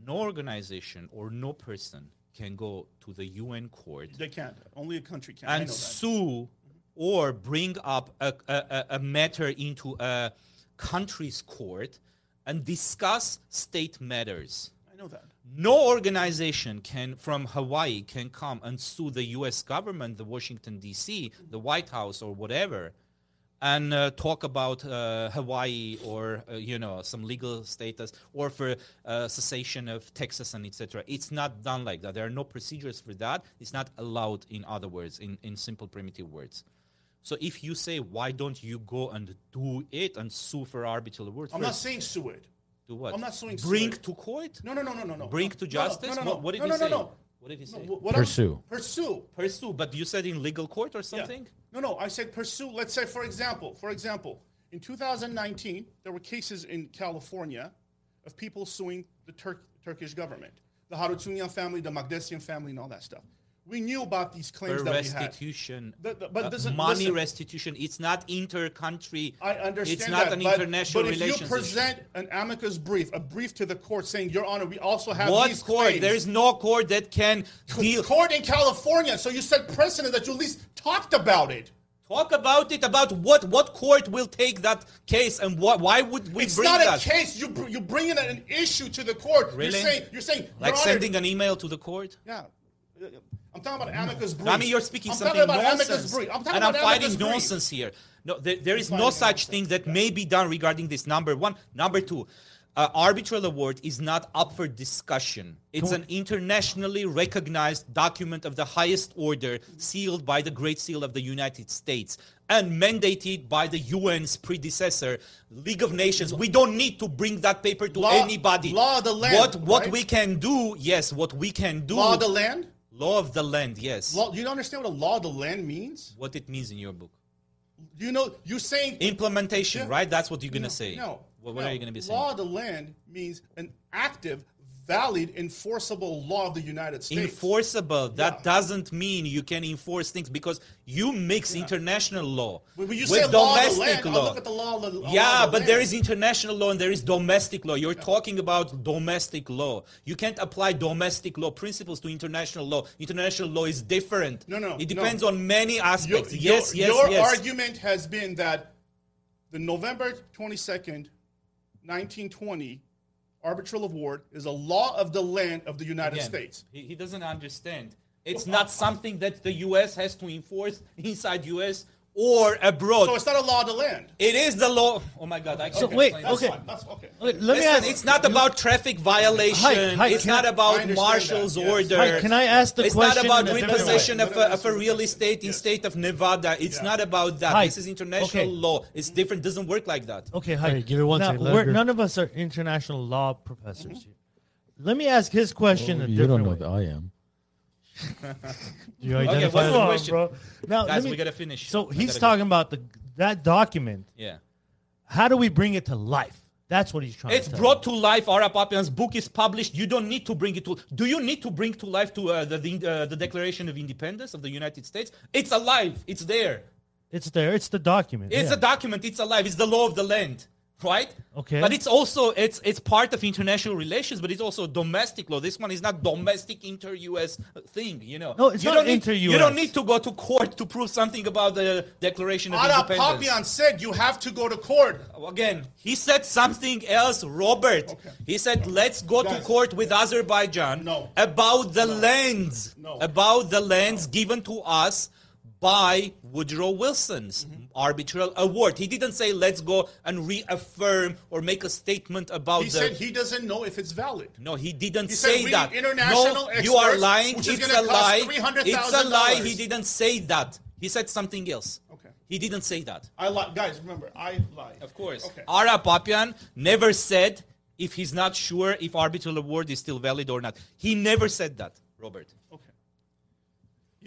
C: no organization or no person can go to the UN court
D: They can't. Only a country can. I know
C: and
D: that.
C: sue or bring up a, a, a- a matter into a country's court and discuss state matters.
D: I know that.
C: No organization can from Hawaii can come and sue the U.S. government, the Washington D.C., the White House, or whatever, and uh, talk about uh, Hawaii or uh, you know some legal status or for uh, cessation of Texas and etc. It's not done like that. There are no procedures for that. It's not allowed. In other words, in in simple primitive words. So if you say why don't you go and do it and sue for arbitral award,
D: I'm not
C: first,
D: saying sue it.
C: do what?
D: I'm not suing
C: Bring
D: Stewart.
C: to court.
D: No, no, no, no, no, no.
C: Bring
D: No,
C: to
D: no,
C: justice?
D: No, no, no.
C: What- what did
D: no,
C: he
D: no,
C: say?
D: No, no.
C: What did he
D: No,
C: say?
D: wh- what I'm-
F: Pursue.
D: Pursue.
C: Pursue, but you said in legal court or
D: Yeah.
C: something?
D: No, no. I said pursue. Let's say, for example, for example, in 2019, there were cases in California of people suing the Turk, Turkish government, the Harutyunyan family, the Magdesian family, and all that stuff. We knew about these claims
C: For
D: that we had.
C: restitution. Uh,
D: The- the- but this is-
C: money
D: listen.
C: restitution. It's not inter-country.
D: I understand
C: It's not
D: that,
C: an
D: but-
C: international
D: but if
C: relationship.
D: you present an amicus brief, a brief to the court saying, Your Honor, we also have
C: what
D: these
C: court?
D: claims.
C: There is no court that can deal.
D: court in California. So you set precedent that you at least talked about it.
C: Talk about it. About what? What court will take that case and what? Why would we
D: It's
C: bring
D: not
C: that?
D: a case. You br- you bring in an issue to the court.
C: Really?
D: You're saying you're saying
C: Like
D: Your Honor-
C: sending an email to the court.
D: Yeah. I'm talking about amicus brief.
C: I mean, you're speaking
D: I'm
C: something
D: talking about
C: nonsense,
D: amicus brief. I'm talking
C: and I'm
D: about
C: fighting
D: amicus brief.
C: nonsense here. No, there, there is no
D: fighting
C: such
D: nonsense.
C: thing that may be done regarding this. Number one, number two, uh, arbitral award is not up for discussion. It's an internationally recognized document of the highest order, sealed by the Great Seal of the United States and mandated by the UN's predecessor, League of Nations. We don't need to bring that paper to
D: Law-
C: anybody.
D: law of the land,
C: What what
D: right?
C: we can do? Yes, what we can do.
D: Law of the land.
C: Law of the land. Yes
D: Law, you don't understand what a law of the land means?
C: what it means in your book.
D: You know, you're saying
C: Implementation,
D: Yeah.
C: right? That's what you're gonna
D: no,
C: say.
D: No.
C: What, what
D: no.
C: are you gonna be
D: Law
C: saying?
D: of the land means an active, valid, enforceable law of the United States.
C: Enforceable. That
D: Yeah.
C: doesn't mean you can enforce things because you mix international law
D: When you
C: with
D: say law of the
C: domestic
D: land, I
C: law.
D: look at the law of the law
C: yeah,
D: of the
C: but there
D: land.
C: is international law and there is domestic law. You're talking about domestic law. You can't apply domestic law principles to international law. International law is different.
D: No, no, no.
C: It depends on many
D: Your-
C: aspects. yes,
D: your,
C: yes,
D: your
C: yes.
D: argument has been that the November 22nd, 1920 arbitral award is a law of the land of the United
C: Again,
D: States.
C: He, he doesn't understand. It's not something that the U.S. has to enforce inside U.S. or abroad.
D: So it's not a law of the land.
C: it is the law. Oh my God! I can't
B: So wait,
C: explain
B: okay.
C: this.
D: Fine, that's okay.
B: Okay, let
C: Listen,
B: me ask.
C: it's not about traffic violation.
B: Hi, hi,
C: it's
B: can
C: not
B: I-
D: I
C: about
D: understand
C: marshal's
D: that, yes.
C: order.
B: Hi, can I ask the
C: it's
B: question
C: not
B: in
C: about
B: a different
C: repossession
D: way?
C: of, uh, of a real estate in state of Nevada. It's not about that.
B: Hi.
C: This is international
B: Okay.
C: law. It's different. Doesn't work like that.
B: Okay, hi.
A: Hey, give it one
B: now,
A: second, let
B: we're-
A: her-
B: None of us are international law professors. here. Let me ask his
A: Oh,
B: question a
F: You
B: different
F: don't know
B: way.
F: that I am.
A: Do you
C: Okay,
A: identify?
C: what's the
B: Come on,
C: question?
B: bro. Now, let
C: Guys,
B: me-
C: we gotta finish.
B: So
C: I
B: he's
C: gotta go.
B: talking about the that document.
C: Yeah.
B: How do we bring it to life? That's what he's trying.
C: It's
B: to tell
C: brought to life. Arapapian's book is published. You don't need to bring it to. Do you need to bring to life to uh, the the, uh, the Declaration of Independence of the United States? It's alive. It's there.
B: me. It's there. It's the document.
C: It's
B: yeah.
C: a document. It's alive. It's the law of the land, right?
B: Okay.
C: But it's also it's it's part of international relations, but it's also domestic law. This one is not domestic inter-U.S. thing. You know.
B: No, it's
C: you
B: not
C: don't need-
B: inter-US.
C: You don't need to go to court to prove something about the Declaration of
D: Ara
C: Independence.
D: Papian said you have to go to court.
C: Again, he said something else, Robert.
D: Okay.
C: He said, let's go to
D: Guys.
C: court with Azerbaijan
D: No.
C: about the lands,
D: No.
C: about the lands given to us by Woodrow Wilson's
D: Mm-hmm.
C: arbitral award. He didn't say, let's go and reaffirm or make a statement about
D: He
C: the.
D: said he doesn't know if it's valid.
C: No, he didn't
D: He said
C: say
D: we
C: that.
D: need international
C: no, you
D: experts,
C: are lying.
D: which
C: It's
D: is
C: a
D: gonna cost
C: lie. It's a
D: $300,000.
C: lie. He didn't say that. He said something else.
D: Okay.
C: He didn't say that.
D: I lied. Guys, remember, I lied.
C: Of course.
D: Okay.
C: Ara Papian never said if he's not sure if arbitral award is still valid or not. He never said that, Robert.
D: Okay.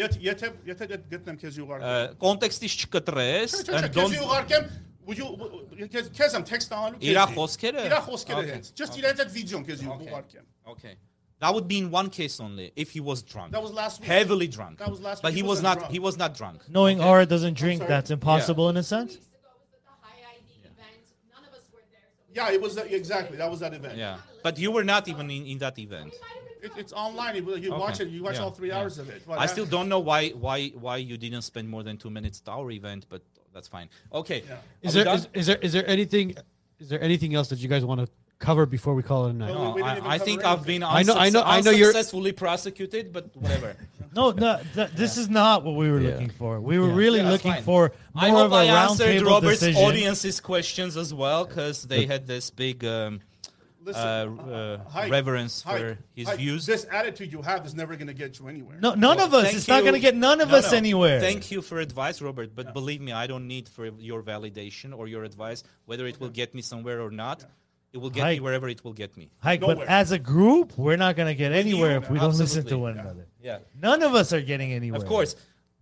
D: Եթե եթե եթե դա գտնեմ քեզ
C: Ա,
D: ուղարկեմ։
C: Կոնտեքստից չկտրես,
D: Չէ, չէ,
C: and
D: քեզ
C: don't
D: ուղարկեմ, ու you- ու- ու- քեզ քեզ եմ տեքստ անալու քեզ։
C: Իրա խոսքերը։
D: Իրա խոսքերը
C: Okay.
D: հենց։ Just իրենց այդ վիդեոն քեզ
C: Okay.
D: ուղարկեմ։
C: Okay. That would be in one case only if he was drunk.
D: That was last week.
C: Heavily drunk.
D: That was last week.
C: But
D: He
C: he was
D: wasn't
C: not
D: drunk.
C: he was not drunk.
B: Knowing Aura doesn't drink,
D: sorry.
B: that's impossible in a sense.
I: weeks ago was at the High ID event. None of us were there, so
D: Yeah, it was that, exactly that was that event.
C: Yeah, but you were not even in, in that event.
D: It, it's online. It, you
C: Okay.
D: watch it. You watch
C: Yeah,
D: all three
C: yeah.
D: hours of it. But uh,
C: I still don't know why why why you didn't spend more than two minutes at our event, but that's fine. Okay.
D: Yeah.
A: Is
C: Are we
A: there is,
C: done?
A: is there is there anything is there anything else that you guys want to cover before we call it a night?
D: No, we- we didn't
C: I,
D: even
C: I think
D: cover
C: I've been
A: I know- I
C: unsucce-
A: know- I know you're-
C: unsuccessfully prosecuted, but whatever.
B: No, no, th- this is not what we were
F: Yeah.
B: looking for. We were really
C: Yeah, that's
B: looking
C: fine.
B: for more
C: I hope
B: of a
C: I answered
B: roundtable
C: Robert's
B: decision.
C: audience's questions as well, because they had this big um, uh,
D: Listen,
C: uh,
D: Hype,
C: reverence
D: hype,
C: for his
D: hype.
C: views.
D: This attitude you have is never going to get you anywhere.
B: No, none of us.
C: Thank
B: It's not
C: you.
B: going to get none of
C: No,
B: us
C: no.
B: anywhere.
C: Thank you for advice, Robert. But believe me, I don't need for your validation or your advice whether it will get me somewhere or not. It will get
B: Right.
C: me wherever it will get me.
B: Hike, but
D: Nowhere.
B: as a group, we're not going to get anywhere if we don't listen to one
C: absolutely.
B: another.
C: Yeah,
B: None of us are getting anywhere.
C: of course.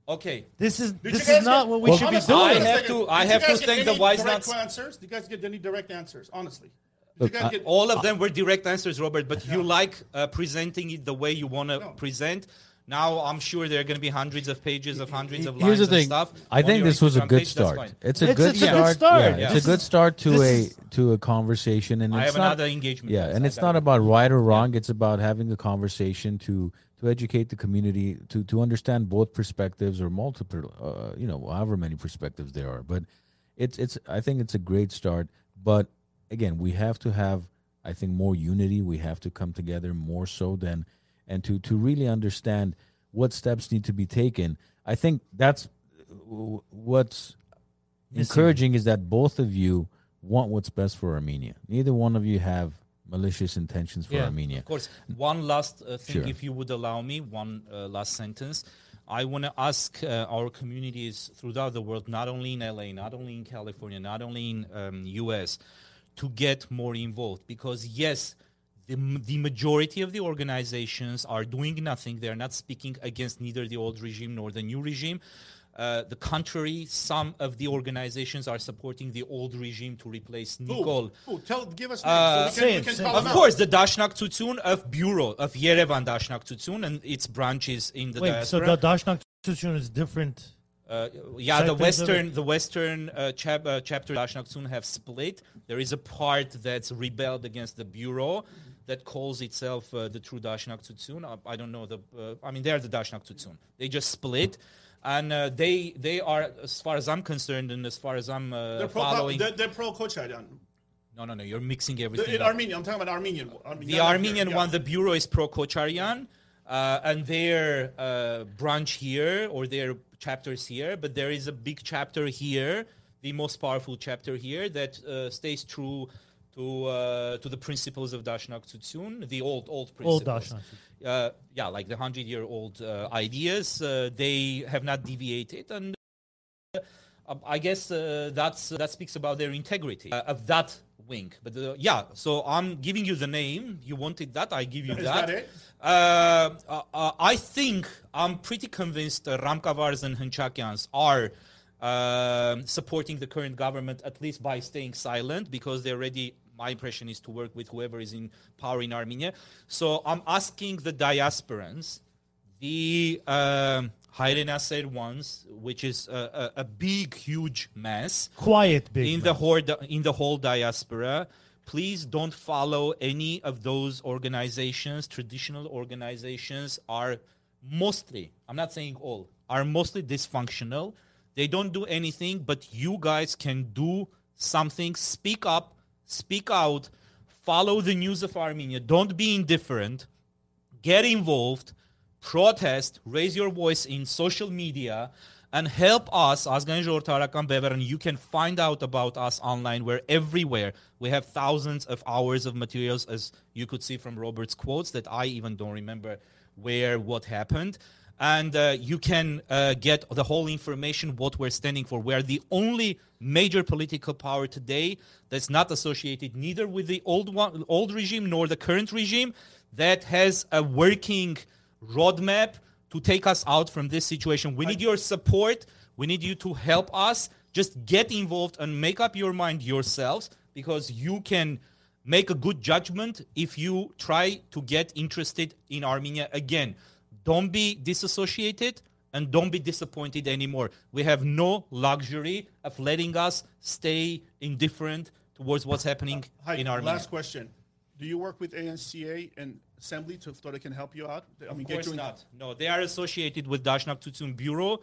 C: Okay,
B: This is
D: Did you
B: this
D: guys
B: is not
D: get-
B: what we should be
D: Honestly,
B: doing.
C: I
D: honestly,
C: have to- I
D: did you
C: have to
D: guys get
C: thank the
D: any
C: wise
D: direct
C: nuts.
D: answers. Did you guys get any direct answers? Honestly, did
F: Look,
D: you guys
F: I-
D: get
C: uh, all of them were direct answers, Robert. But you
D: Yeah.
C: like uh, presenting it the way you want to
D: No.
C: present. Now I'm sure there are going to be hundreds of pages of hundreds of
A: Here's
C: lines
A: the
C: and
A: thing.
C: stuff.
F: I
C: on
F: think
C: your
F: this was a
C: Instagram
F: good
C: page. That's
F: start.
C: fine.
F: It's a
B: It's-
F: good
B: it's a good
F: start.
B: start.
F: Yeah,
C: Yeah.
F: It's a good start to
B: This
F: a to a conversation, and
C: I
F: it's
C: have
F: not.
C: another engagement.
F: yeah,
C: Yes,
F: and
C: I
F: it's
C: got
F: not
C: it.
F: about right or wrong. It's about having a conversation to to educate the community to to understand both perspectives or multiple, uh, you know, however many perspectives there are. But it's it's. I think it's a great start. But again, we have to have. I think more unity. We have to come together more so than, and to to really understand what steps need to be taken. I think that's w- what's encouraging is that both of you want what's best for Armenia. Neither one of you have malicious intentions for
A: Yeah.
F: Armenia.
C: Of course. One last uh, thing,
F: Sure.
C: if you would allow me, one uh, last sentence. I want to ask uh, our communities throughout the world, not only in LA, not only in California, not only in um, US, to get more involved because yes, the, m- the majority of the organizations are doing nothing. They are not speaking against neither the old regime nor the new regime. Uh, the contrary, some of the organizations are supporting the old regime to replace
D: Who?
C: Nikol.
D: Who? Tell, give us names
B: say
D: so we
B: it,
D: can, we can
B: say
D: call
B: it.
C: Uh, Of
D: them out.
C: course, the Dashnaktsutsun of Bureau of Yerevan Dashnaktsutsun and its branches in the
B: Wait, so
C: diaspora.
B: the Dashnak institution is different.
C: Uh, yeah,
B: Sectors
C: the
B: of
C: Western, the Western uh, chap, uh, chapter Dashnaktsutsun have split. There is a part that's rebelled against the Bureau that calls itself uh, the true Dashnaktsutsun. I, I don't know the. Uh, I mean, they're the Dashnaktsutsun. They just split. And uh, they they are, as far as I'm concerned, and as far as I'm uh,
D: They're pro,
C: following,
D: they're, they're pro Kochaidan.
C: no, no, no, you're mixing everything.
D: In
C: up.
D: Armenia, I'm talking about Armenian. Armenian
C: The Armenian one, the bureau is pro Kocharyan, uh, and their uh, branch here or their chapters here, but there is a big chapter here, the most powerful chapter here that uh, stays true to uh, to the principles of Dashnak Tsutsun, the old old principles.
B: Old Dashnak
C: Uh, yeah, like the hundred year old uh, ideas, uh, they have not deviated and. Um, I guess uh, that's that speaks about their integrity uh, of that wing. But uh, yeah, so I'm giving you the name. You wanted that, I give you
D: Is
C: that.
D: that it?
C: Uh, uh, uh, I think I'm pretty convinced uh, Ramkavars and Hanchakians are um supporting the current government at least by staying silent because they're ready. My impression is to work with whoever is in power in Armenia. So I'm asking the diasporans the um, Haile Nasser ones, which is a, a, a big, huge mess
B: Quiet big. man.
C: in the whole in the whole diaspora. Please don't follow any of those organizations. Traditional organizations are mostly, I'm not saying all, are mostly dysfunctional. They don't do anything, but you guys can do something. Speak up, speak out, follow the news of Armenia. Don't be indifferent get involved, protest, raise your voice in social media, and help us, Azgan Zhortarakan Bever, and you can find out about us online. We're everywhere. We have thousands of hours of materials, as you could see from Robert's quotes, that I even don't remember where what happened. And uh, you can uh, get the whole information, what we're standing for. We're the only major political power today that's not associated neither with the old one, old regime nor the current regime that has a working roadmap to take us out from this situation. We need your support. We need you to help us. Just get involved and make up your mind yourselves because you can make a good judgment if you try to get interested in Armenia again. Don't be disassociated and don't be disappointed anymore. We have no luxury of letting us stay indifferent
H: towards what's happening
D: Uh, Hi,
H: in Armenia.
D: last question. Do you work with ANCA and Assembly to so they can help you out? I mean,
H: Of course
D: you in-
H: not. No, they are associated with Dashnak Tutsun Bureau.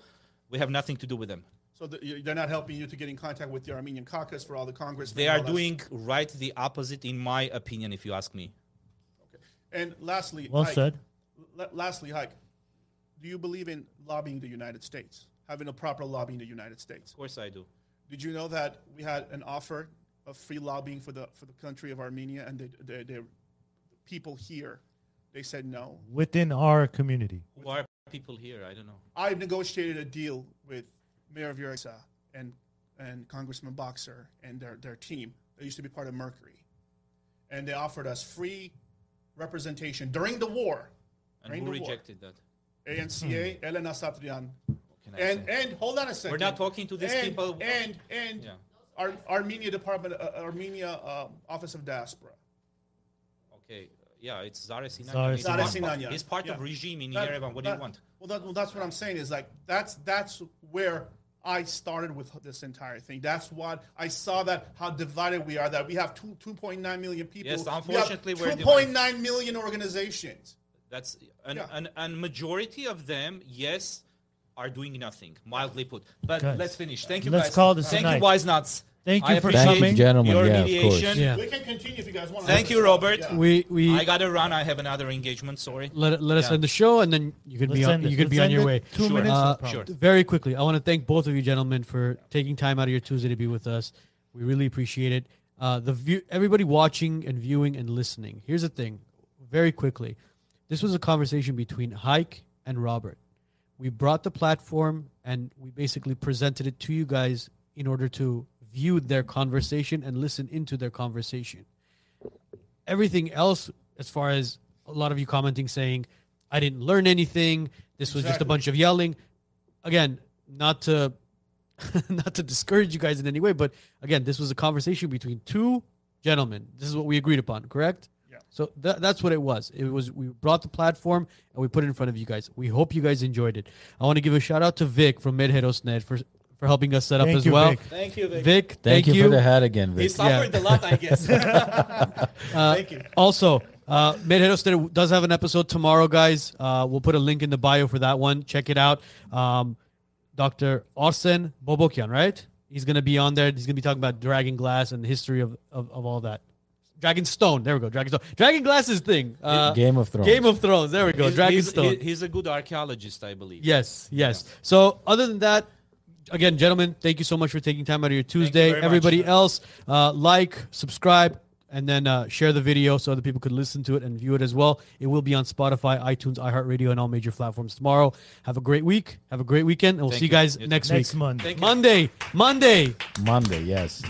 H: We have nothing to do with them.
D: So the, you- they're not helping you to get in contact with the Armenian caucus for all the Congress.
H: They are doing right the opposite, in my opinion, if you ask me.
D: And lastly,
B: Well
D: Ike,
B: said.
D: la- lastly, Hike, do you believe in lobbying the United States, having a proper lobby in the United States?
H: Of course, I do.
D: Did you know that we had an offer of free lobbying for the for the country of Armenia, and the the, the people here, they said no.
B: within our community.
H: Who are people here? I don't know.
D: I've negotiated a deal with Mayor of Yurisa and and Congressman Boxer and their their team. They used to be part of Mercury, and they offered us free representation during the war.
H: And
D: During
H: who
D: the war.
H: rejected that?
D: ANCA, Elena Satrian.
H: Can I
D: And
H: say?
D: and hold on a second.
H: Hmm. not talking to these
D: and,
H: people.
D: And and
H: Yeah.
D: Ar- Armenia Department, uh, Armenia um, Office of Diaspora.
H: Okay. Yeah, it's Zara Sinanya.
B: Zara
H: He's
D: Zara
H: part-
D: Sinanya.
H: He's part of
D: Yeah.
H: regime in
D: That-
H: Yerevan. What do
D: that-
H: you want?
D: Well, that, well, that's what I'm saying is like that's that's where I started with this entire thing. That's what I saw that how divided we are. That we have two two point nine million people.
H: Yes, unfortunately,
D: we
H: we're
D: two point nine million organizations.
H: That's and
D: Yeah.
H: and and majority of them, yes, are doing nothing. Mildly put. But
B: Guys,
H: let's finish. Thank you.
B: let's
H: guys.
B: call this a
H: Thank
B: night.
H: you, wise nuts.
B: Thank
H: I
B: you for
H: appreciate
F: Thank you,
B: coming.
F: gentlemen.
H: Your
F: yeah, of course.
H: mediation.
A: Yeah.
D: We can continue if you guys want.
H: Thank you, Robert.
D: Yeah.
A: We we
H: I gotta run. I have another engagement. Sorry.
A: let, let us
H: Yeah.
A: end the show and then you could be
B: Let's
A: on,
B: end it.
A: you could be
B: Let's
A: on your
B: end
A: way.
B: it. Two minutes, no
A: Uh,
B: problem.
H: Sure.
A: Very quickly, I want to thank both of you gentlemen for taking time out of your Tuesday to be with us. We really appreciate it. Uh, the view, everybody watching and viewing and listening. Here's the thing, very quickly, this was a conversation between Hike and Robert. We brought the platform and we basically presented it to you guys in order to view their conversation and listen into their conversation everything else as far as a lot of you commenting saying i didn't learn anything this was just a
D: Exactly.
A: bunch of yelling again not to not to discourage you guys in any way but again this was a conversation between two gentlemen this is what we agreed upon correct
D: Yeah.
A: so tha- that's what it was it was we brought the platform and we put it in front of you guys we hope you guys enjoyed it i want to give a shout out to vic from medherosnet for for helping us set
B: Thank
A: up as
B: you,
A: well
B: Vic.
H: Thank you.
A: Vic,
F: Thank, you, for the hat again,
H: He
F: Vic.
H: suffered a lot, I guess. Uh,
A: Thank you. Also, uh, Medheros did- does have an episode tomorrow, guys. Uh, we'll put a link in the bio for that one. Check it out. Um, Dr. Orsen Bobokian, right? He's going to be on there. He's going to be talking about Dragon Glass and the history of, of, of all that. Dragon Stone. There we go. Dragon Stone. Dragon Glass is thing. Uh,
F: Game of Thrones.
A: Game of Thrones. There we go.
H: He's-
A: Dragon
H: he's-
A: Stone.
H: he- He's a good archaeologist, I believe.
A: Yes, yes. So other than that, again, gentlemen, thank you so much for taking time out of your Tuesday.
H: very much.
A: Everybody else, uh, like, subscribe, and then uh, share the video so other people could listen to it and view it as well. It will be on Spotify, iTunes, iHeartRadio, and all major platforms tomorrow. Have a great week. Have a great weekend, and we'll see you guys next,
B: Next
A: week.
B: Monday.
A: Monday, Monday.
F: Monday, yes.